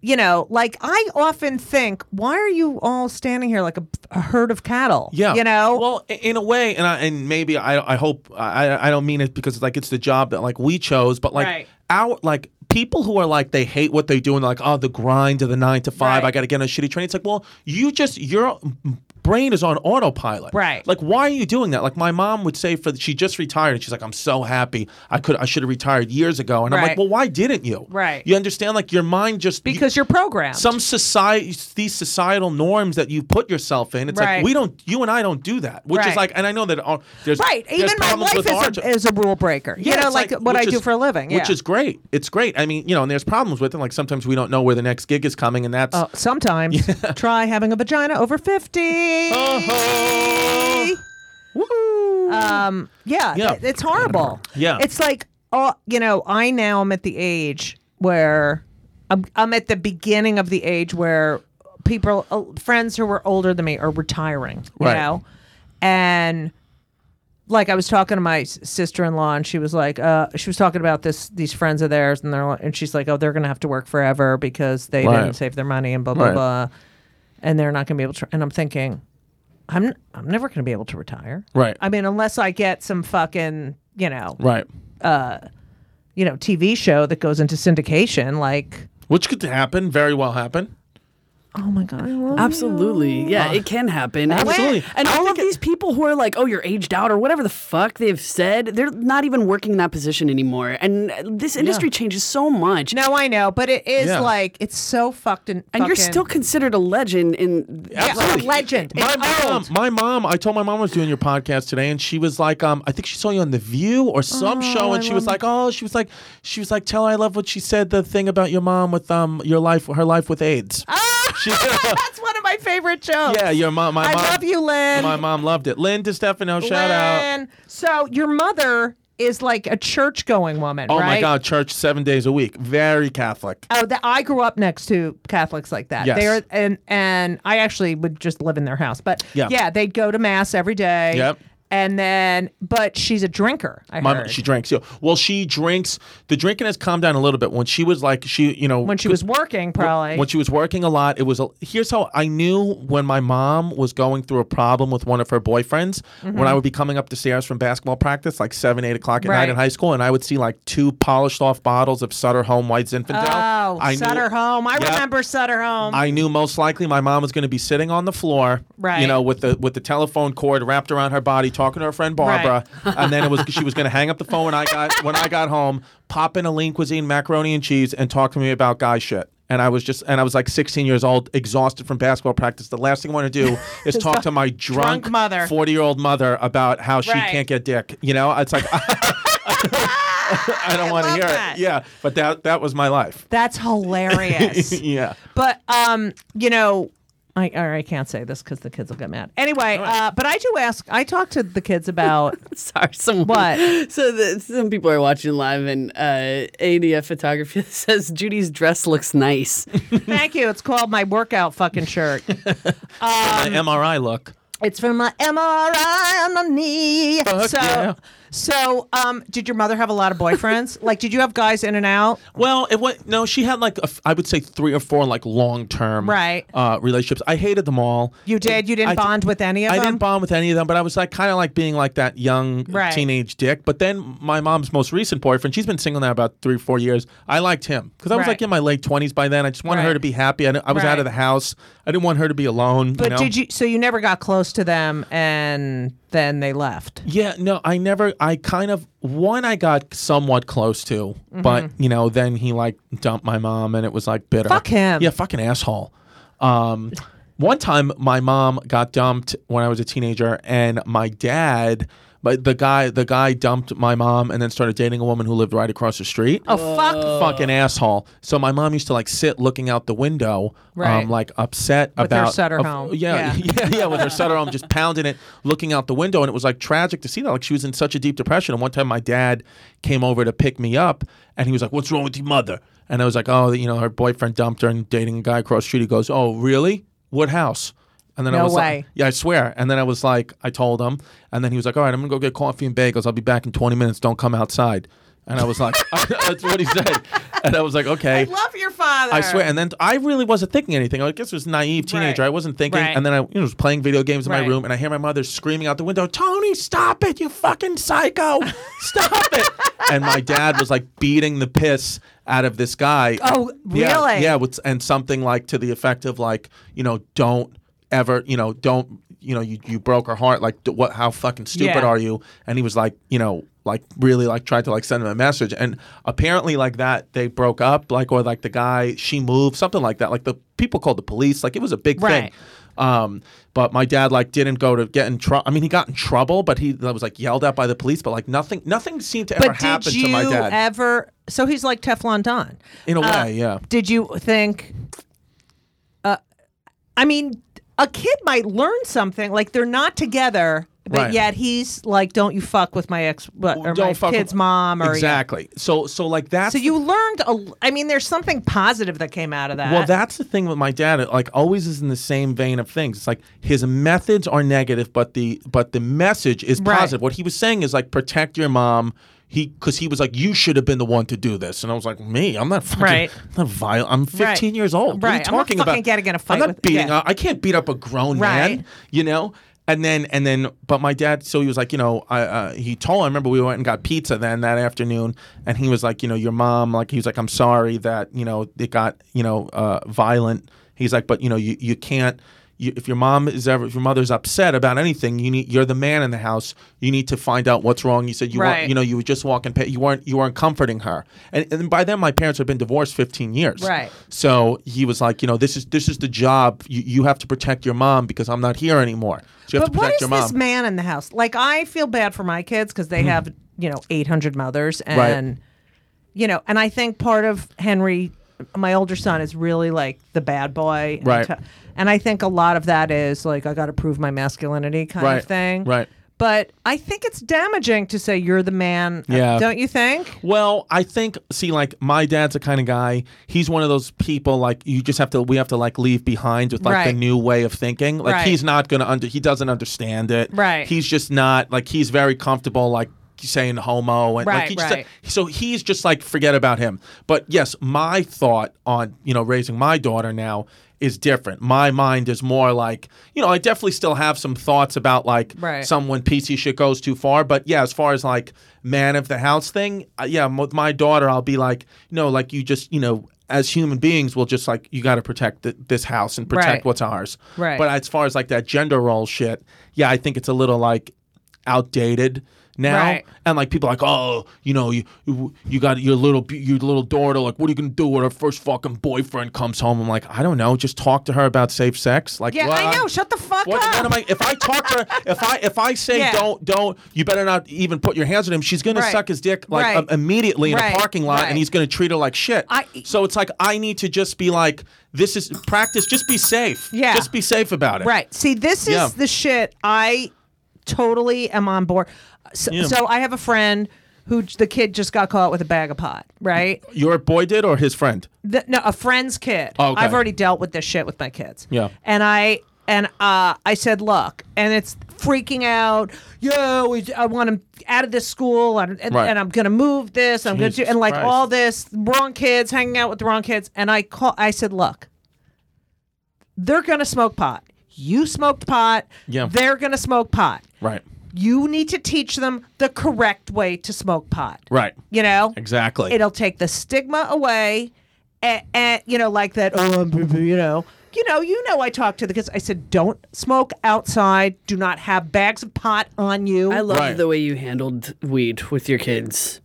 S2: you know, like I often think, why are you all standing here like a, a herd of cattle?
S4: Yeah.
S2: You know?
S4: Well, i- in a way, and I, and maybe I I hope I I- I don't mean it because like it's the job that like we chose, but like
S2: Right.
S4: our like people who are like they hate what they do and they're like oh the grind of the nine to five
S2: Right.
S4: I got to get on a shitty train. It's like well you just you're brain is on autopilot.
S2: Right.
S4: Like, why are you doing that? Like, my mom would say, for she just retired, and she's like, "I'm so happy. I could, I should have retired years ago." And I'm
S2: Right.
S4: like, "Well, why didn't you?"
S2: Right.
S4: You understand? Like, your mind just you-
S2: because you're programmed.
S4: some society these societal norms that you put yourself in it's
S2: Right.
S4: like we don't you and i don't do that which
S2: Right.
S4: is like and i know that our, there's
S2: right.
S4: there's
S2: Even my
S4: problems
S2: wife
S4: with
S2: is
S4: our
S2: a, is a rule breaker.
S4: yeah,
S2: you know,
S4: it's
S2: like, what I
S4: which
S2: do
S4: is-
S2: for a living.
S4: which
S2: yeah.
S4: is great. It's great. I mean, you know, and there's problems with it. Like sometimes we don't know where the next gig is coming, and that's
S2: Uh,
S4: *laughs*
S2: sometimes try having a vagina over 50.
S4: Oh, woo.
S2: Um, yeah,
S4: Yeah.
S2: it- it's horrible.
S4: Yeah.
S2: It's like, oh, you know, I now am at the age where I'm, I'm at the beginning of the age where people, uh, friends who were older than me are retiring, you
S4: Right.
S2: know? And like I was talking to my s- sister-in-law and she was like, uh, she was talking about this, these friends of theirs and they're, like- and she's like, oh, they're going to have to work forever because they
S4: Right.
S2: didn't save their money and blah, blah,
S4: Right.
S2: blah. And they're not going to be able to, and I'm thinking, I'm I'm never going to be able to retire.
S4: Right.
S2: I mean, unless I get some fucking you know
S4: right.
S2: you know TV show that goes into syndication. Like,
S4: Which could happen, very well happen.
S2: oh my god, I love
S3: Absolutely. Yeah, it can happen. And-
S4: Absolutely.
S3: And, all of these people who are like, oh, you're aged out or whatever the fuck they've said, they're not even working in that position anymore. And this industry changes so much.
S2: No, I know, but it is
S4: Yeah.
S2: like it's so fucked and
S3: and you're
S2: fucking-
S3: still considered a legend *laughs* in.
S2: yeah,
S4: Absolutely.
S2: a legend.
S4: My
S2: It's
S4: mom,
S2: old. *laughs*
S4: my mom, I told my mom I was doing your podcast today, and she was like, um, I think she saw you on The View or some show, and she was like, oh, she was like, she was like, tell her I love what she said, the thing about your mom with um your life, her life with AIDS. She-
S2: Ah, That's one of my favorite jokes.
S4: yeah, your mom,
S2: Oh.
S4: my
S2: I
S4: mom,
S2: love you, Lynn.
S4: my mom loved it. Lynn DiStefano, shout out.
S2: Lynn. So your mother is like a church-going woman,
S4: Oh
S2: right?
S4: my God, church seven days a week, very Catholic.
S2: Oh, that I grew up next to Catholics like that.
S4: Yes.
S2: They are, and and I actually would just live in their house, but
S4: Yeah.
S2: they'd go to mass every day.
S4: Yep.
S2: And then, but she's a drinker. I
S4: My-
S2: heard.
S4: she drinks. Yeah. Well, she drinks. The drinking has calmed down a little bit. When she was like, she, you know,
S2: when she was working, probably.
S4: when she was working a lot, it was. A, here's how I knew when my mom was going through a problem with one of her boyfriends.
S2: Mm-hmm.
S4: When I would be coming up the stairs from basketball practice, like seven, eight o'clock at
S2: Right.
S4: night in high school, and I would see like two polished off bottles of Sutter Home White Zinfandel.
S2: oh,
S4: I knew-
S2: Sutter Home. I
S4: Yep.
S2: remember Sutter Home.
S4: I knew most likely my mom was going to be sitting on the floor,
S2: Right.
S4: You know, with the with the telephone cord wrapped around her body, talking to her friend
S2: *laughs*
S4: Barbara, and then it was she was going to hang up the phone when I got when I got home, pop in a lean cuisine macaroni and cheese, and talk to me about guy shit. And I was just and I was like 16 years old, exhausted from basketball practice. The last thing I want
S2: *laughs*
S4: to do is talk to my drunk,
S2: drunk mother.
S4: 40 year old mother about how she
S2: Right.
S4: can't get dick. You know, it's like. *laughs* I don't want to
S2: love
S4: hear
S2: that.
S4: it. Yeah, but that that was my life. *laughs*
S2: That's hilarious.
S4: Yeah.
S2: But um, you know, I or I can't say this because the kids will get mad. Anyway, uh, but I do ask. I talk to the kids
S4: *laughs*
S2: about
S3: Sorry, someone.
S2: What?
S3: *laughs* So the, some people are watching live, and uh, ADF photography *laughs* says Judy's dress looks nice.
S2: Thank you. It's called my workout fucking shirt. Um,
S4: My MRI look.
S2: It's for my MRI on my knee.
S4: Fuck
S2: so,
S4: yeah.
S2: so, um, did your mother have a lot of
S4: *laughs*
S2: boyfriends? like, did you have guys in and out?
S4: Well, it went. No, she had like a f- I would say three or four like long term
S2: Right.
S4: uh, relationships. I hated them all.
S2: You did. You didn't
S4: I-
S2: bond with any of
S4: I
S2: them.
S4: didn't bond with any of them, but I was like kind of like being like that young
S2: Right.
S4: teenage dick. But then my mom's most recent boyfriend, she's been single now about three, four years. I liked him because I was
S2: Right.
S4: like in my late twenties by then. I just wanted
S2: Right.
S4: her to be happy. I, didn't- I was out
S2: Right.
S4: of the house. I didn't want her to be alone.
S2: but
S4: you know?
S2: did you? So you never got close to them, and then they left.
S4: Yeah, no, I never. I kind of one I got somewhat close to, but you know, then he like dumped my mom, and it was like bitter.
S2: Mm-hmm. Fuck him.
S4: Yeah, fucking asshole. Um, one time my mom got dumped when I was a teenager, and my dad, but the guy, the guy dumped my mom, and then started dating a woman who lived right across the street.
S2: Oh fuck!
S4: Fucking asshole. So my mom used to like sit looking out the window,
S2: Right.
S4: um, like upset
S2: With her
S4: about
S2: Sutter
S4: of-
S2: home.
S4: *laughs* Yeah,
S2: Yeah.
S4: yeah, yeah, with her Sutter home, just pounding it, looking out the window, and it was like tragic to see that. Like she was in such a deep depression. And one time my dad came over to pick me up, and he was like, "What's wrong with your mother?" And I was like, "Oh, you know, her boyfriend dumped her and dating a guy across the street." He goes, "Oh, really? What house?" And then I
S2: No
S4: was
S2: way.
S4: like, "Yeah, I swear." And then I was like, I told him, and then he was like, "All right, I'm gonna go get coffee and bagels. I'll be back in 20 minutes. Don't come outside." And I was like, *laughs* "That's what he said." And I was like, "Okay."
S2: I love your father.
S4: I swear. And then I really wasn't thinking anything. I guess I was a naive teenager.
S2: Right.
S4: I wasn't thinking.
S2: Right.
S4: And then I you know, was playing video games in
S2: Right.
S4: my room, and I hear my mother screaming out the window, Tony, stop it, you fucking psycho. Stop
S2: *laughs*
S4: it. And my dad was like beating the piss out of this guy.
S2: Oh,
S4: Yeah,
S2: really?
S4: yeah with- and something like to the effect of like, you know, don't ever, you know, don't you know, you, you broke her heart. Like, d- what? How fucking stupid
S2: Yeah.
S4: are you? And he was like, you know, like really like tried to like send him a message. And apparently, like that, they broke up. Like, or like the guy, she moved, something like that. Like the people called the police. Like it was a big
S2: Right.
S4: thing. Um, but my dad like didn't go to get in trouble. I mean, he got in trouble, but he was like yelled at by the police. But like nothing, nothing seemed to ever
S2: But
S4: happen
S2: did
S4: to my
S2: you
S4: dad.
S2: ever? So he's like Teflon Don.
S4: in a way,
S2: Uh,
S4: yeah.
S2: Did you think? Uh, I mean, a kid might learn something. Like they're not together, but
S4: Right.
S2: yet he's like, "Don't you fuck with my ex what- or
S4: Don't
S2: my
S4: fuck with-
S2: kid's mom?" Or
S4: exactly. So so like that's
S2: So you learned. A, I mean, there's something positive that came out of that.
S4: Well, that's the thing with my dad. It like always is in the same vein of things. It's like his methods are negative, but the but the message is
S2: Right.
S4: positive. What he was saying is like protect your mom. He because he was like you should have been the one to do this, and I was like me, I'm not fucking,
S2: Right.
S4: *laughs* I'm not violent. I'm 15
S2: Right.
S4: years old. What are you
S2: Right. I'm not
S4: talking
S2: fucking
S4: about?
S2: getting in a fight
S4: I'm not
S2: with-
S4: beating.
S2: yeah.
S4: up- I can't beat up a grown
S2: Right.
S4: man. You know. And then, and then, but my dad. So he was like, you know, I uh, he told. I remember we went and got pizza then that afternoon, and he was like, you know, your mom. Like he was like, I'm sorry that you know it got you know uh, violent. He's like, but you know, you you can't. You, if your mom is ever, if your mother's upset about anything, you need you're the man in the house. You need to find out what's wrong. You said you
S2: Right.
S4: weren't, you know, you were just walking. pa- You weren't, you weren't comforting her. And, and by then, my parents had been divorced 15 years.
S2: Right.
S4: So he was like, you know, this is this is the job. You, you have to protect your mom because I'm not here anymore. So you have
S2: but
S4: to
S2: what
S4: protect
S2: is
S4: your mom. Hmm.
S2: this man in the house? Like, I feel bad for my kids because they have you know 800 mothers,
S4: Right.
S2: and you know, and I think part of Henry, my older son, is really like the bad boy, and
S4: Right.
S2: t- and I think a lot of that is like I got to prove my masculinity kind
S4: Right.
S2: of thing,
S4: Right.
S2: But I think it's damaging to say you're the man,
S4: Yeah.
S2: don't you think?
S4: Well, I think see, like my dad's the kind of guy. He's one of those people like you just have to. We have to like leave behind with like
S2: Right.
S4: the new way of thinking. Like
S2: Right.
S4: he's not gonna under. He doesn't understand it.
S2: Right.
S4: He's just not like he's very comfortable like saying homo and
S2: Right,
S4: like he just-
S2: right.
S4: so he's just like forget about him. But yes, my thought on you know raising my daughter now is different. My mind is more like you know I definitely still have some thoughts about like
S2: Right.
S4: some when PC shit goes too far. But yeah, as far as like man of the house thing, uh, yeah, with my daughter, I'll be like, no, like you just, you know, as human beings, we'll just like, you got to protect th- this house and protect
S2: Right.
S4: what's ours.
S2: Right.
S4: But as far as like that gender role shit, yeah, I think it's a little like outdated now
S2: Right.
S4: and like people are like oh you know you you you got your little be- your little daughter like what are you gonna do when her first fucking boyfriend comes home i'm like i don't know just talk to her about safe sex like
S2: Yeah, I
S4: well,
S2: know. Shut the fuck
S4: what,
S2: up.
S4: what am I? If I talk to her, if I if I say
S2: Yeah.
S4: don't don't, you better not even put your hands on him. She's gonna
S2: Right.
S4: suck his dick like
S2: Right.
S4: um, immediately in
S2: Right.
S4: a parking lot,
S2: Right.
S4: and he's gonna treat her like shit.
S2: I-
S4: so it's like I need to just be like, this is practice. Just be safe.
S2: Yeah.
S4: Just be safe about it.
S2: Right. See, this
S4: Yeah.
S2: is the shit I totally am on board. So, so I have a friend who j- the kid just got caught with a bag of pot, right?
S4: Your boy did or his friend?
S2: The, no, a friend's kid.
S4: Oh, okay.
S2: I've already dealt with this shit with my kids.
S4: Yeah.
S2: And I and uh, I said, look, and it's freaking out. Yo, we- I want him out of this school, and, and,
S4: Right.
S2: and I'm gonna move this. I'm gonna
S4: Jesus
S2: do and like
S4: Christ.
S2: all this wrong kids hanging out with the wrong kids. And I call. I said, look, they're gonna smoke pot. You smoked pot.
S4: Yeah.
S2: They're gonna smoke pot.
S4: Right.
S2: You need to teach them the correct way to smoke pot.
S4: Right.
S2: You know
S4: Exactly.
S2: it'll take the stigma away and, and you know like that oh I'm, you know you know you know i talked to the kids i said don't smoke outside do not have bags of pot on you
S3: I love
S4: Right.
S3: the way you handled weed with your kids.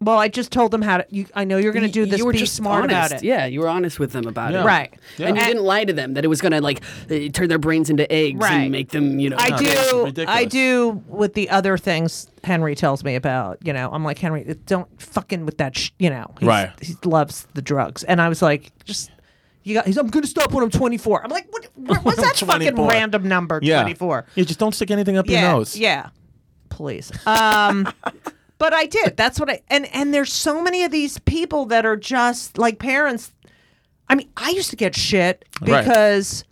S2: well i just told them how to you, i know you're going to do this
S3: You were
S2: be
S3: just
S2: smart about it
S3: honest. Yeah, you were honest with them about
S4: Yeah.
S3: it.
S2: Right.
S3: And you
S2: Yeah.
S3: didn't lie to them that it was going to like uh, turn their brains into eggs
S2: Right.
S3: and make them, you know.
S2: I
S4: this is
S2: do.
S4: ridiculous.
S2: I do with the other things Henry tells me about. You know, I'm like Henry, don't fucking with that. Sh-, you know, He's-
S4: Right.
S2: He loves the drugs, and I was like, just you got. He's. I'm gonna stop when I'm 24. I'm like, what? Where,
S4: *laughs*
S2: what's that fucking
S4: 24.
S2: random number?
S4: yeah.
S2: 24.
S4: Yeah. Just don't stick anything up
S2: yeah,
S4: your nose.
S2: Yeah. Please. Um *laughs* but I did. That's what I and and there's so many of these people that are just like parents. I mean, I used to get shit
S4: Right.
S2: because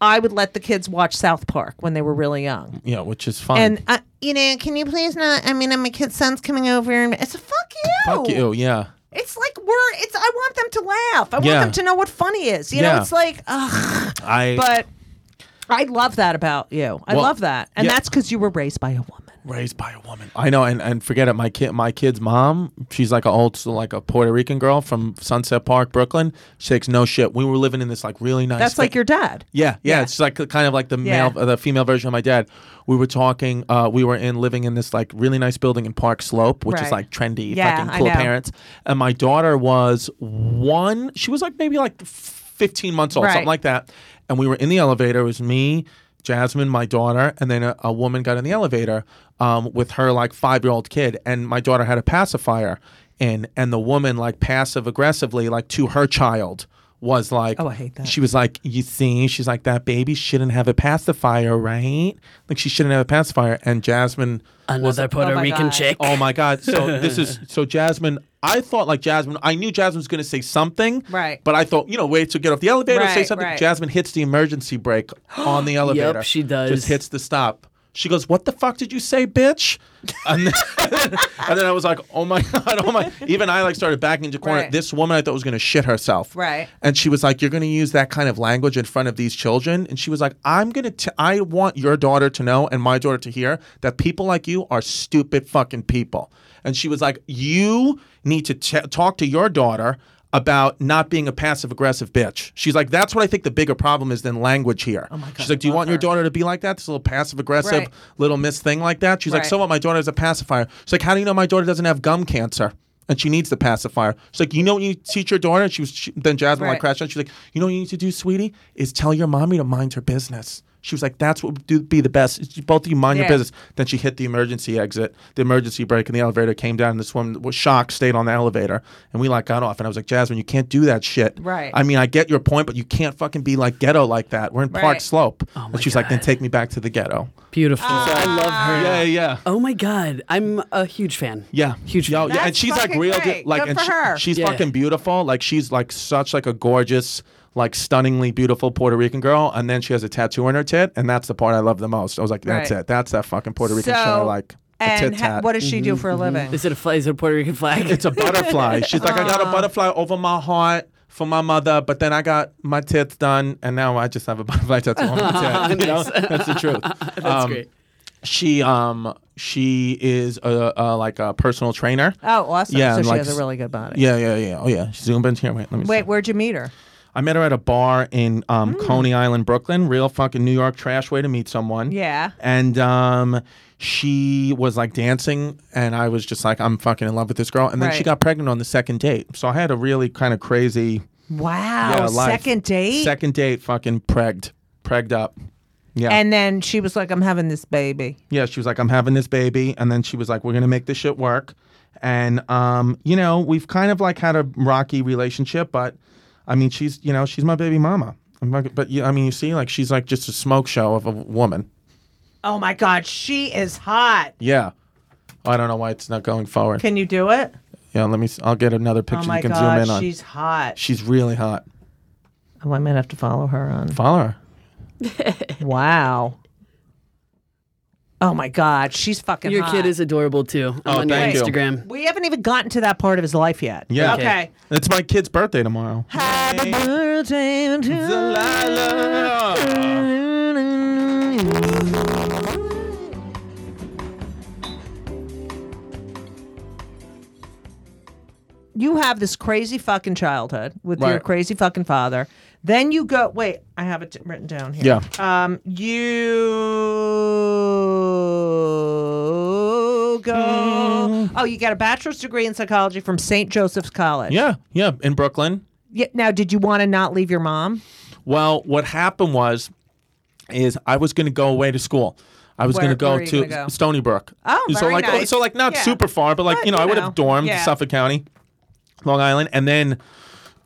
S2: I would let the kids watch South Park when they were really young.
S4: Yeah. Which is fine.
S2: And I, you know, can you please not? I mean, my kid's son's coming over, and it's a fuck you.
S4: Fuck you. Yeah.
S2: It's like we're. It's. I want them to laugh. I want
S4: Yeah.
S2: them to know what funny is. You know,
S4: Yeah.
S2: it's like, ugh.
S4: I.
S2: But I love that about you. I
S4: Well,
S2: love that, and
S4: yeah.
S2: that's because you were raised by a woman.
S4: raised by a woman. I know, and, and forget it. My kid, my kid's mom, she's like a old, so like a Puerto Rican girl from Sunset Park, Brooklyn. She takes no shit. We were living in this like really nice.
S2: That's
S4: fa-
S2: like your dad.
S4: Yeah, yeah, It's like kind of like the
S2: Yeah.
S4: male, uh, the female version of my dad. We were talking. Uh, we were in living in this like really nice building in Park Slope, which
S2: Right.
S4: is like trendy,
S2: Yeah, I
S4: fucking cool
S2: know.
S4: parents. And my daughter was one. She was like maybe like fifteen months old,
S2: Right.
S4: something like that. And we were in the elevator. It was me. Jasmine, my daughter, and then a, a woman got in the elevator um, with her like five year old kid, and my daughter had a pacifier, and and the woman like passive aggressively like to her child was like,
S2: Oh, I hate that.
S4: she was like, you see, she's like, that baby shouldn't have a pacifier, right? Like, she shouldn't have a pacifier. And Jasmine,
S3: Another Puerto
S2: my
S3: Rican
S2: God.
S3: chick.
S4: oh my
S2: *laughs*
S4: God. So, this is, so Jasmine, I thought like Jasmine, I knew Jasmine was going to say something.
S2: Right.
S4: But I thought, you know, wait to get off the elevator, say
S2: Right,
S4: something.
S2: right.
S4: Jasmine hits the emergency brake
S2: *gasps*
S4: on the elevator.
S3: she does.
S4: Just hits the stop. She goes, "What the fuck did you say, bitch?" And then, *laughs* and then I was like, "Oh my *laughs* god, oh my!" Even I like started backing into a corner.
S2: Right.
S4: This woman I thought was gonna shit herself.
S2: Right.
S4: And she was like, "You're gonna use that kind of language in front of these children?" And she was like, "I'm gonna. T- I want your daughter to know and my daughter to hear that people like you are stupid fucking people." And she was like, "You need to t- talk to your daughter." About not being a passive aggressive bitch. She's like, that's what I think the bigger problem is than language here. Oh my God, She's like, do you want your daughter to be like that? This little passive aggressive
S2: Right.
S4: little miss thing like that? She's like,
S2: Right.
S4: so what? My daughter's a pacifier. She's like, how do you know my daughter doesn't have gum cancer? And she needs the pacifier. She's like, you know what you teach your daughter? And she was she, then Jasmine like
S2: Right.
S4: crashed out. She's like, you know what you need to do, sweetie, is tell your mommy to mind her business. She was like, that's what would do, be the best. It's Both of you mind your
S2: Yeah.
S4: business. Then she hit the emergency exit, the emergency brake, and the elevator came down. And this woman was shocked, stayed on the elevator, and we like got off. And I was like, Jasmine, you can't do that shit.
S2: Right.
S4: I mean, I get your point, but you can't fucking be like ghetto like that. We're in Park
S2: Right.
S4: Slope.
S3: Oh my
S4: and she's like, then take me back to the ghetto.
S3: Beautiful.
S2: Ah.
S3: I love her.
S4: Yeah, yeah.
S3: Oh my God. I'm a huge fan.
S4: Yeah,
S3: Huge fan.
S4: Yo, yeah, and
S2: That's
S4: she's like
S2: fucking
S4: real, di-
S2: great.
S4: like,
S2: Good
S4: and
S2: for
S4: she-
S2: her.
S4: she's
S3: Yeah.
S4: fucking beautiful. Like, she's like such like a gorgeous, like stunningly beautiful Puerto Rican girl. And then she has a tattoo on her tit, and that's the part I love the most. I was like, that's
S2: Right.
S4: it. That's that fucking Puerto Rican
S2: so,
S4: shit. I like a
S2: and
S4: tit
S2: ha-
S4: tat. Mm-hmm,
S2: what does she do for a living?
S3: Is it a flag? Is it a Puerto Rican flag? *laughs*
S4: it's a butterfly. She's like, I got a butterfly over my heart for my mother, but then I got my tits done, and now I just have a *laughs* butterfly
S3: *laughs*
S4: tattoo on my tit. You know? That's the truth. that's
S3: great.
S4: She um she is a, a like a personal trainer.
S2: Oh, awesome.
S4: Yeah,
S2: so
S4: and
S2: she
S4: like
S2: has
S4: s-
S2: a really good body.
S4: Yeah, yeah, yeah. Oh, yeah. She's zoomed in here. Wait, let me. see.
S2: Wait, Hmm. where'd you meet her?
S4: I met her at a bar in um, Coney Island, Brooklyn. Real fucking New York trash way to meet someone.
S2: Yeah.
S4: And um, she was like dancing, and I was just like, I'm fucking in love with this girl. And then she
S2: Right.
S4: got pregnant on the second date. So I had a really kind of crazy
S2: Wow.
S4: yeah, life.
S2: Oh, Second date?
S4: Second date, fucking pregged, pregged up. Yeah.
S2: And then she was like, I'm having this baby.
S4: Yeah, she was like, I'm having this baby. And then she was like, we're going to make this shit work. And, um, you know, we've kind of like had a rocky relationship, but I mean, she's, you know, she's my baby mama. I'm like- But, yeah, I mean, you see, like, she's like just a smoke show of a woman.
S2: Oh my God, she is hot.
S4: Yeah. I don't know why it's not going forward.
S2: Can you do it?
S4: Yeah, let me, s- I'll get another
S2: Oh
S4: picture
S2: my
S4: you can
S2: God,
S4: zoom in on.
S2: she's hot.
S4: She's really hot.
S2: Oh, I might have to follow her on.
S4: Follow her.
S2: Wow. Oh my God, she's fucking
S3: Your
S2: hot.
S3: kid is adorable too. I'm
S4: Oh,
S3: on
S4: thank you.
S3: your Instagram.
S2: We haven't even gotten to that part of his life yet.
S4: Yeah.
S2: Okay.
S4: It's my kid's birthday tomorrow.
S2: Happy birthday to
S4: Delilah.
S2: you have this crazy fucking childhood with your
S4: Right.
S2: crazy fucking father. Then you go. Wait, I have it d- written down here.
S4: Yeah.
S2: Um, you go. Oh, you got a bachelor's degree in psychology from St. Joseph's College.
S4: Yeah. Yeah. In Brooklyn.
S2: Yeah, Now, did you want to not leave your mom?
S4: Well, what happened was, is I was going to go away to school. I was
S2: Where-
S4: going to go
S2: where are you
S4: to
S2: gonna go?
S4: Stony Brook.
S2: Oh,
S4: so
S2: very
S4: like
S2: nice.
S4: so like not
S2: Yeah.
S4: super far, but like
S2: But,
S4: you know
S2: you
S4: I would
S2: know,
S4: have dormed
S2: yeah.
S4: Suffolk County, Long Island, and then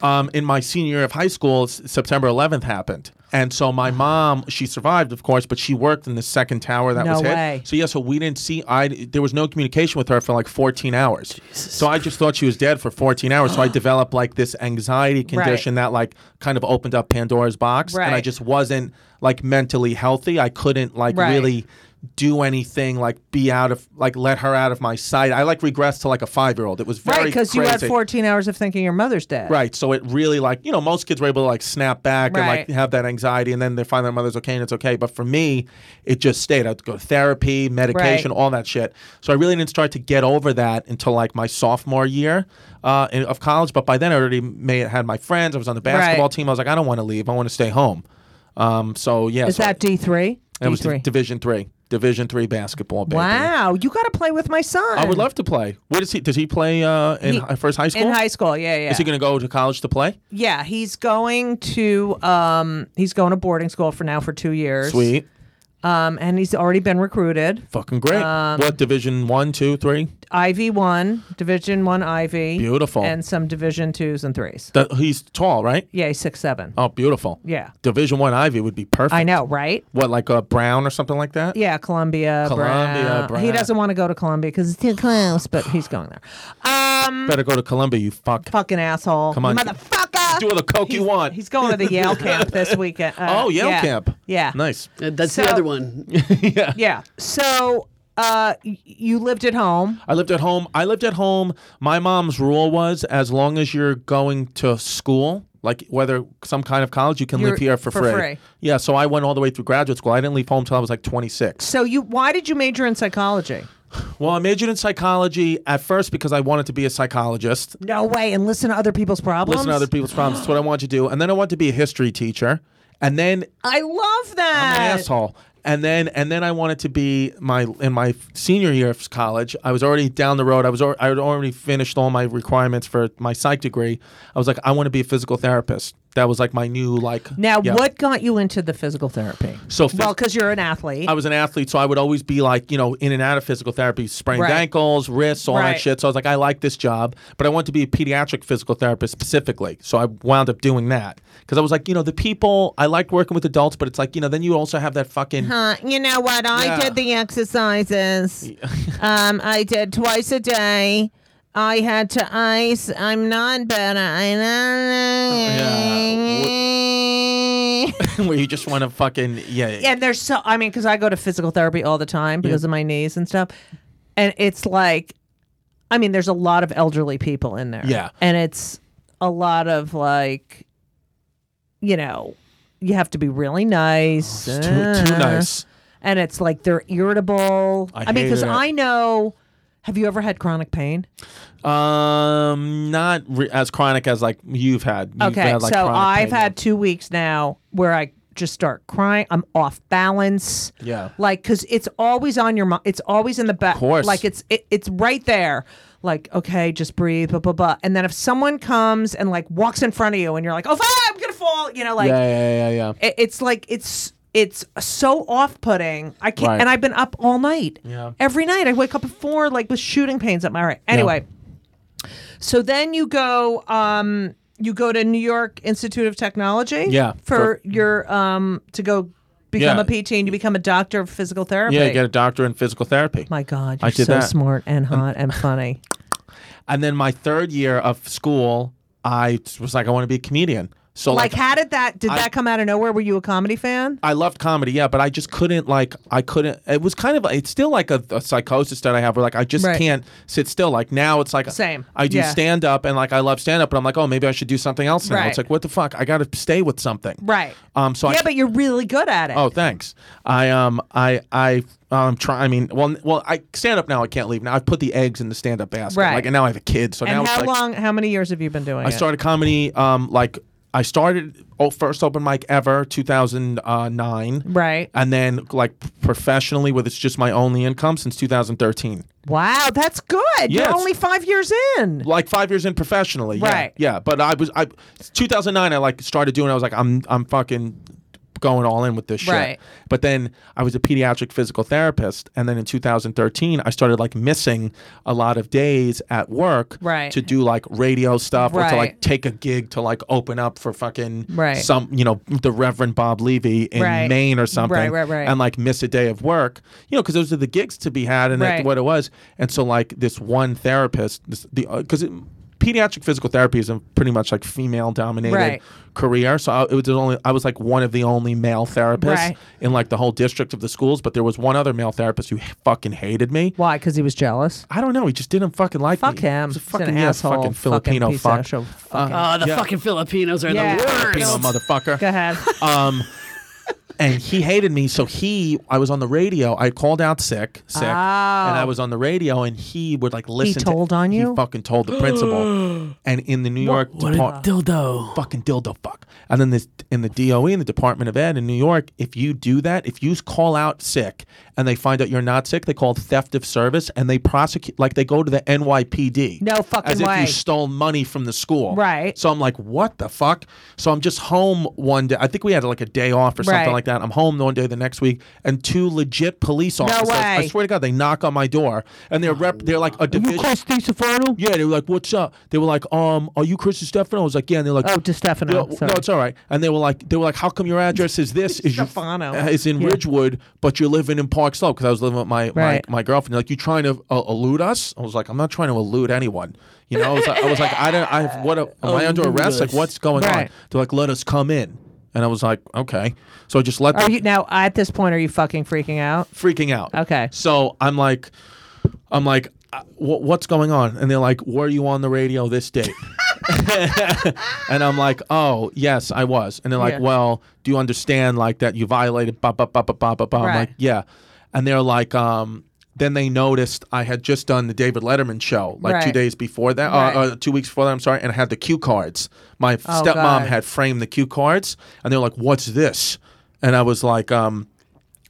S4: um, in my senior year of high school, S- September 11th happened. And so my mom, she survived, of course, but she worked in the second tower that
S2: No
S4: was hit.
S2: way.
S4: So yeah, so we didn't see. I there was no communication with her for like 14 hours. so I just thought she was dead for 14
S2: *gasps*
S4: hours. so I developed like this anxiety condition that like kind of opened up Pandora's box, and I
S2: Right.
S4: just wasn't like mentally healthy. I couldn't like
S2: Right.
S4: really do anything like be out of like let her out of my sight. I like regressed to like a five year old. It was very
S2: right, because you had
S4: crazy.
S2: 14 hours of thinking your mother's dead.
S4: Right. So it really like you know most kids were able to like snap back and like
S2: Right.
S4: have that anxiety, and then they find their mother's okay and it's okay. But for me, it just stayed. I'd go to therapy, medication, all that shit. So I really didn't start to get over that until like my sophomore year uh, in, of college. But by then I already made had my friends. I was on the basketball
S2: Right.
S4: team. I was like, I don't want to leave. I want to stay home. Um. So yeah.
S2: Is
S4: so
S2: that D3?
S4: that was
S2: D3.
S4: div- Division three. Division three basketball. Baby.
S2: wow, you got to play with my son.
S4: I would love to play. What is he? Does he play uh, in
S2: He-
S4: hi- first high school?
S2: in high school. Yeah, yeah.
S4: Is he going to go to college to play?
S2: yeah, he's going to um he's going to boarding school for now for 2 years.
S4: Sweet.
S2: Um and he's already been recruited.
S4: Fucking great.
S2: Um,
S4: what division one, two, three?
S2: Ivy 1, Division 1 Ivy.
S4: Beautiful.
S2: And some Division 2s and 3s.
S4: That he's tall, right?
S2: Yeah, he's 6 7.
S4: Oh, beautiful.
S2: Yeah.
S4: Division one Ivy would be perfect.
S2: I know, right?
S4: What like uh, Brown or something like that?
S2: Yeah, Columbia.
S4: Columbia, Brown.
S2: He doesn't want to go to Columbia because it's too close, but he's going there. Um,
S4: Better go to Columbia, you fuck.
S2: fucking asshole.
S4: Come on,
S2: motherfucker.
S4: Do all the coke you want.
S2: He's going to the
S4: *laughs*
S2: Yale camp this weekend. Uh,
S4: oh, Yale
S2: yeah.
S4: camp.
S2: Yeah.
S4: Nice.
S3: Uh, That's
S2: So-
S3: the other
S4: *laughs*
S3: one.
S2: Yeah. So uh, y- you lived at home.
S4: I lived at home. I lived at home. My mom's rule was as long as you're going to school, like whether some kind of college, you can
S2: You're-
S4: live here for,
S2: for
S4: free.
S2: free.
S4: Yeah, so I went all the way through graduate school. I didn't leave home till I was like 26.
S2: So you, why did you major in psychology?
S4: Well, I majored in psychology at first because I wanted to be a psychologist.
S2: No way. And listen to other people's problems.
S4: Listen to other people's problems. That's what I want to do. And then I want to be a history teacher. And then
S2: I love that.
S4: I'm an asshole. And then and then I wanted to be my in my senior year of college. I was already down the road. I was al- I had already finished all my requirements for my psych degree. I was like, I want to be a physical therapist. That was like my new like.
S2: Now,
S4: yeah.
S2: what got you into the physical therapy?
S4: So phys-
S2: well, because you're an athlete.
S4: I was an athlete, so I would always be like, you know, in and out of physical therapy, sprained
S2: Right.
S4: ankles, wrists, all that
S2: Right.
S4: shit. So I was like, I like this job, but I want to be a pediatric physical therapist specifically. So I wound up doing that because I was like, you know, the people I like working with adults, but it's like, you know, then you also have that fucking.
S2: Uh, you know what? I
S4: Yeah.
S2: did the
S4: *laughs*
S2: exercises. um, I did twice a day. I had to ice. I'm not better. I
S4: Oh,
S2: *laughs* know.
S4: *laughs* where you just want to fucking yeah. yeah.
S2: And there's so I mean, because I go to physical therapy all the time because of my knees and stuff, and it's like, I mean, there's a lot of elderly people in there.
S4: Yeah.
S2: and it's a lot of like, you know, you have to be really nice.
S4: It's Oh, too, too
S2: uh,
S4: nice.
S2: and it's like they're irritable.
S4: I
S2: I, mean,
S4: hate
S2: because
S4: it.
S2: I know. Have you ever had chronic pain?
S4: Um, not re- as chronic as like you've had. You've
S2: Okay,
S4: had, like,
S2: so
S4: chronic
S2: I've
S4: pain,
S2: had two weeks now where I just start crying. I'm off balance.
S4: Yeah.
S2: like because it's always on your mind. It's always in the back.
S4: course.
S2: like it's it, it's right there. Like okay, just breathe, blah blah blah. And then if someone comes and like walks in front of you, and you're like, oh, fuck, I'm gonna fall. You know, like
S4: Yeah, yeah, yeah, yeah. yeah.
S2: it, it's like it's it's so off-putting. I can't,
S4: Right.
S2: and I've been up all night.
S4: Yeah.
S2: Every night I wake up at four, like with shooting pains up my right. Anyway, so then you go, um, you go to New York Institute of Technology,
S4: Yeah,
S2: for, your um to go become
S4: Yeah.
S2: a PT and you become a doctor of physical therapy.
S4: Yeah, you get a doctor in physical therapy.
S2: my God,
S4: I
S2: you're
S4: did
S2: so
S4: that.
S2: smart and hot and funny.
S4: And then my third year of school, I was like, I want to be a comedian. So
S2: like,
S4: *laughs* like,
S2: how did that? Did that come out of nowhere? Were you a comedy fan?
S4: I loved comedy, yeah, but I just couldn't like I couldn't. It was kind of it's still like a, a psychosis that I have, where like I just
S2: Right.
S4: can't sit still. Like now it's like
S2: Same,
S4: I do
S2: yeah.
S4: stand up and like I love stand up, but I'm like, oh, maybe I should do something else now.
S2: Right.
S4: It's like what the fuck? I got to stay with something,
S2: Right.
S4: Um, so
S2: yeah,
S4: I,
S2: but you're really good at it.
S4: Oh, thanks. I um I I um try. I mean, well, n- well, I stand up now. I can't leave now. I've put the eggs in the stand up basket.
S2: Right.
S4: Like, and now I have a kid. So
S2: and
S4: now it's
S2: how
S4: like,
S2: long? How many years have you been doing
S4: I
S2: it?
S4: started comedy. Um, like I started oh, first open mic ever, two thousand nine.
S2: Right.
S4: And then like professionally, with it's just my only income since two thousand thirteen.
S2: Wow, that's good.
S4: Yes.
S2: You're only five years in.
S4: Like five years in professionally. yeah,
S2: Right.
S4: Yeah. But I was I two thousand nine. I like started doing. I was like, I'm I'm fucking going all in with this shit.
S2: Right.
S4: But then I was a pediatric physical therapist, and then in 2013, I started like missing a lot of days at work
S2: Right.
S4: to do like radio stuff or to
S2: Right.
S4: like take a gig to like open up for fucking
S2: Right.
S4: some you know the Reverend Bob Levy in
S2: Right.
S4: Maine or something,
S2: Right, right, right.
S4: and like miss a day of work, you know, because those are the gigs to be had and that's
S2: Right.
S4: what it was. And so like this one therapist, this, the because. it pediatric physical therapy is a pretty much like female dominated
S2: Right.
S4: career. So I, it was only I was like one of the only male therapists
S2: Right.
S4: in like the whole district of the schools. But there was one other male therapist who fucking hated me.
S2: Why? Because he was jealous.
S4: I don't know. He just didn't fucking like
S2: Fuck
S4: me.
S2: him.
S4: He's a
S2: He's
S4: fucking
S2: an
S4: yeah,
S2: asshole. Fucking
S4: Fucking Filipino
S2: piece
S4: fuck.
S2: of shit.
S4: Uh,
S3: Oh, the
S4: yeah,
S3: fucking Filipinos are
S2: Yeah.
S3: the
S4: Filipino
S3: worst.
S4: motherfucker.
S2: Go
S4: *laughs*
S2: ahead.
S4: Um, and he hated me. So he, I was on the radio. I called out sick, sick, and I was on the radio. And he would like listen. to-
S2: Oh. told on you?
S4: He fucking told
S2: *gasps*
S4: the principal. and in the New York
S3: What a
S4: Depart-
S3: dildo.
S4: fucking dildo fuck. And then this in the DOE in the Department of Ed in New York, if you do that, if you call out sick and they find out you're not sick, they call it theft of service and they prosecute like they go to the NYPD.
S2: No fucking
S4: as if
S2: way.
S4: you stole money from the school.
S2: Right.
S4: So I'm like, what the fuck? So I'm just home one day. I think we had like a day off or something
S2: Right.
S4: like that. I'm home the one day the next week, and two legit police officers. I
S2: way.
S4: swear to God, they knock on my door and they're rep. They're like a division.
S2: Steve Stefano?
S4: Yeah, they were like, "What's up?" They were like, "Um, are you Chris Stefano?" I was like, "Yeah." And they're like,
S2: Oh, DiStefano,
S4: No, no,
S2: sorry.
S4: it's all right. And they were like, "They were like, how come your address is this? Is your-
S2: Stefano.
S4: uh, is in Ridgewood, but you're living in Park Slope?" Because I was living with my
S2: Right.
S4: my, my girlfriend. They're like, you trying to uh, elude us? I was like, "I'm not trying to elude anyone." You know, I was like, I, was like, I don't. I have what? Am I under
S3: Elude
S4: arrest? Like,
S3: us.
S4: what's going
S2: Right.
S4: on? They're like, "Let us come in." And I was like, "Okay." So I just let
S2: Are
S4: them
S2: you now at this point? Are you fucking freaking out?
S4: freaking out.
S2: Okay.
S4: So I'm like, I'm like, uh, wh- what's going on? And they're like, were you on the radio this date? *laughs* and I'm like, oh yes, I was. And they're like,
S2: Yeah.
S4: well, do you understand like that you violated? Ba ba ba ba ba ba ba. I'm
S2: Right.
S4: like, yeah. And they're like, um. Then they noticed I had just done the David Letterman show like two
S2: Right.
S4: days before that,
S2: Right.
S4: uh, uh, two weeks before that. I'm sorry, and I had the cue cards. My
S2: Oh,
S4: stepmom
S2: God.
S4: had framed the cue cards, and they're like, "What's this?" And I was like, um,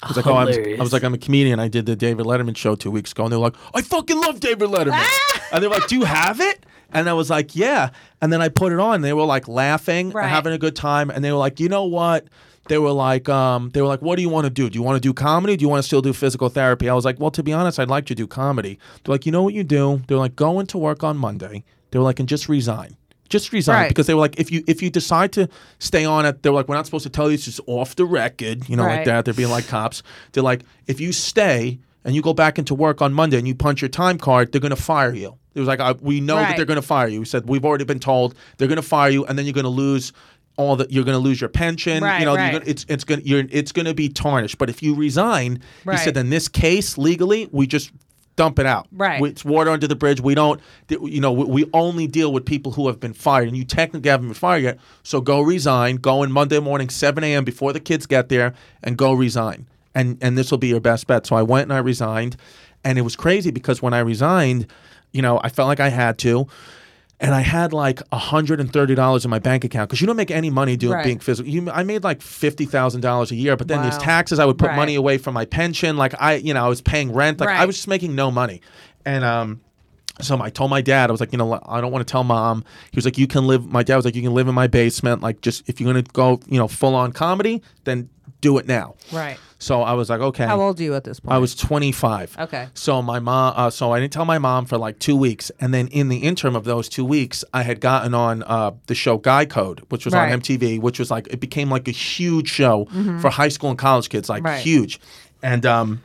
S4: I was like, oh, I'm, I was
S3: Hilarious.
S4: like, I'm a comedian. I did the David Letterman show two weeks ago, and they were like, I fucking love
S2: *laughs*
S4: David Letterman. and they were like, Do you have it? And I was like, Yeah. And then I put it on. And they were like laughing,
S2: Right.
S4: having a good time, and they were like, You know what? They were like, um, they were like, what do you want to do? Do you want to do comedy? Do you want to still do physical therapy? I was like, well, to be honest, I'd like to do comedy. They're like, you know what you do? They're like, go into work on Monday. They were like, and just resign, just resign,
S2: Right.
S4: because they were like, if you if you decide to stay on it, they were like, we're not supposed to tell you. It's just off the record, you know,
S2: Right.
S4: like that. They're being like cops. They're like, if you stay and you go back into work on Monday and you punch your time card, they're gonna fire you. It was like, I, we know that
S2: Right.
S4: they're gonna fire you. We said we've already been told they're gonna fire you, and then you're gonna lose all the you're gonna lose your pension.
S2: Right,
S4: you know, you're
S2: right.
S4: gonna- it's it's gonna you're it's gonna be tarnished. But if you resign,
S2: Right.
S4: he said, in this case legally, we just dump it out.
S2: Right.
S4: We- it's water under the bridge. We don't, th- you know, we, we only deal with people who have been fired, and you technically haven't been fired yet. So go resign. Go in Monday morning, 7 a.m. before the kids get there, and go resign. And and this will be your best bet. So I went and I resigned, and it was crazy because when I resigned, you know, I felt like I had to. And I had like $130 in my bank account because you don't make any money doing
S2: Right.
S4: being physical. You, I made like $50,000 a year, but then there's
S2: Wow.
S4: taxes. I would put
S2: Right.
S4: money away from my pension. Like I, you know, I was paying rent. Like I
S2: Right.
S4: was just making no money. And um, so I told my dad, I was like, you know, I don't want to tell mom. He was like, you can live. My dad was like, you can live in my basement. Like, just if you're gonna go, you know, full on comedy, then do it now.
S2: Right.
S4: So I was like, okay.
S2: How old are you at this point?
S4: I was 25.
S2: Okay.
S4: So my mom, uh, so I didn't tell my mom for like two weeks, and then in the interim of those two weeks, I had gotten on uh, the show Guy Code, which was
S2: Right. Mm-hmm.
S4: on MTV, which was like it became like a huge show for high school and college kids, like
S2: Right.
S4: huge, and um,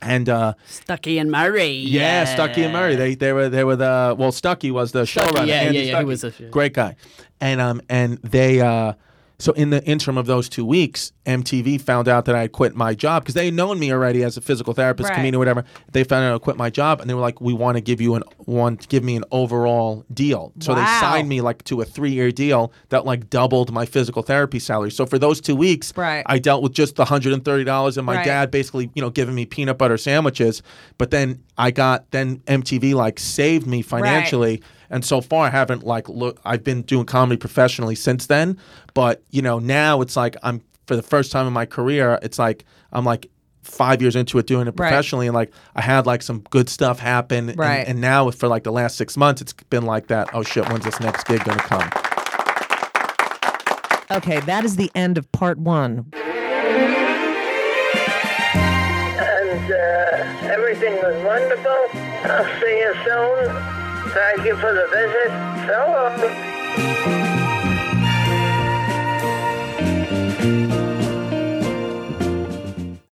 S4: and uh,
S3: Stucky and Murray.
S4: yeah, Stucky and Murray. They they were they were the well, Stucky was the showrunner.
S3: yeah,
S4: Andy
S3: yeah, yeah, he
S4: Stuckey.
S3: was a- yeah.
S4: great guy, and um and they uh so in the interim of those two weeks, MTV found out that I had quit my job because they had known me already as a physical therapist,
S2: Right.
S4: comedian, or whatever. They found out I quit my job, and they were like, "We want to give you an want give me an overall deal." So they
S2: Wow.
S4: signed me like to a three year deal that like doubled my physical therapy salary. So for those two weeks,
S2: Right.
S4: I dealt with just the hundred and thirty dollars, and my
S2: Right.
S4: dad basically you know giving me peanut butter sandwiches but then i got then mtv like saved me financially and so far i haven't like look i've been doing comedy professionally since then but you know now it's like i'm for the first time in my career it's like i'm like five years into it doing it
S2: Right.
S4: professionally and like i had like some good stuff happen and-
S2: Right.
S4: and, now for like the last six months it's been like that oh shit when's this next gig gonna come
S2: okay, that is the end of part one.
S5: and uh, everything was wonderful. I'll see you soon. Thank you for the visit. So long.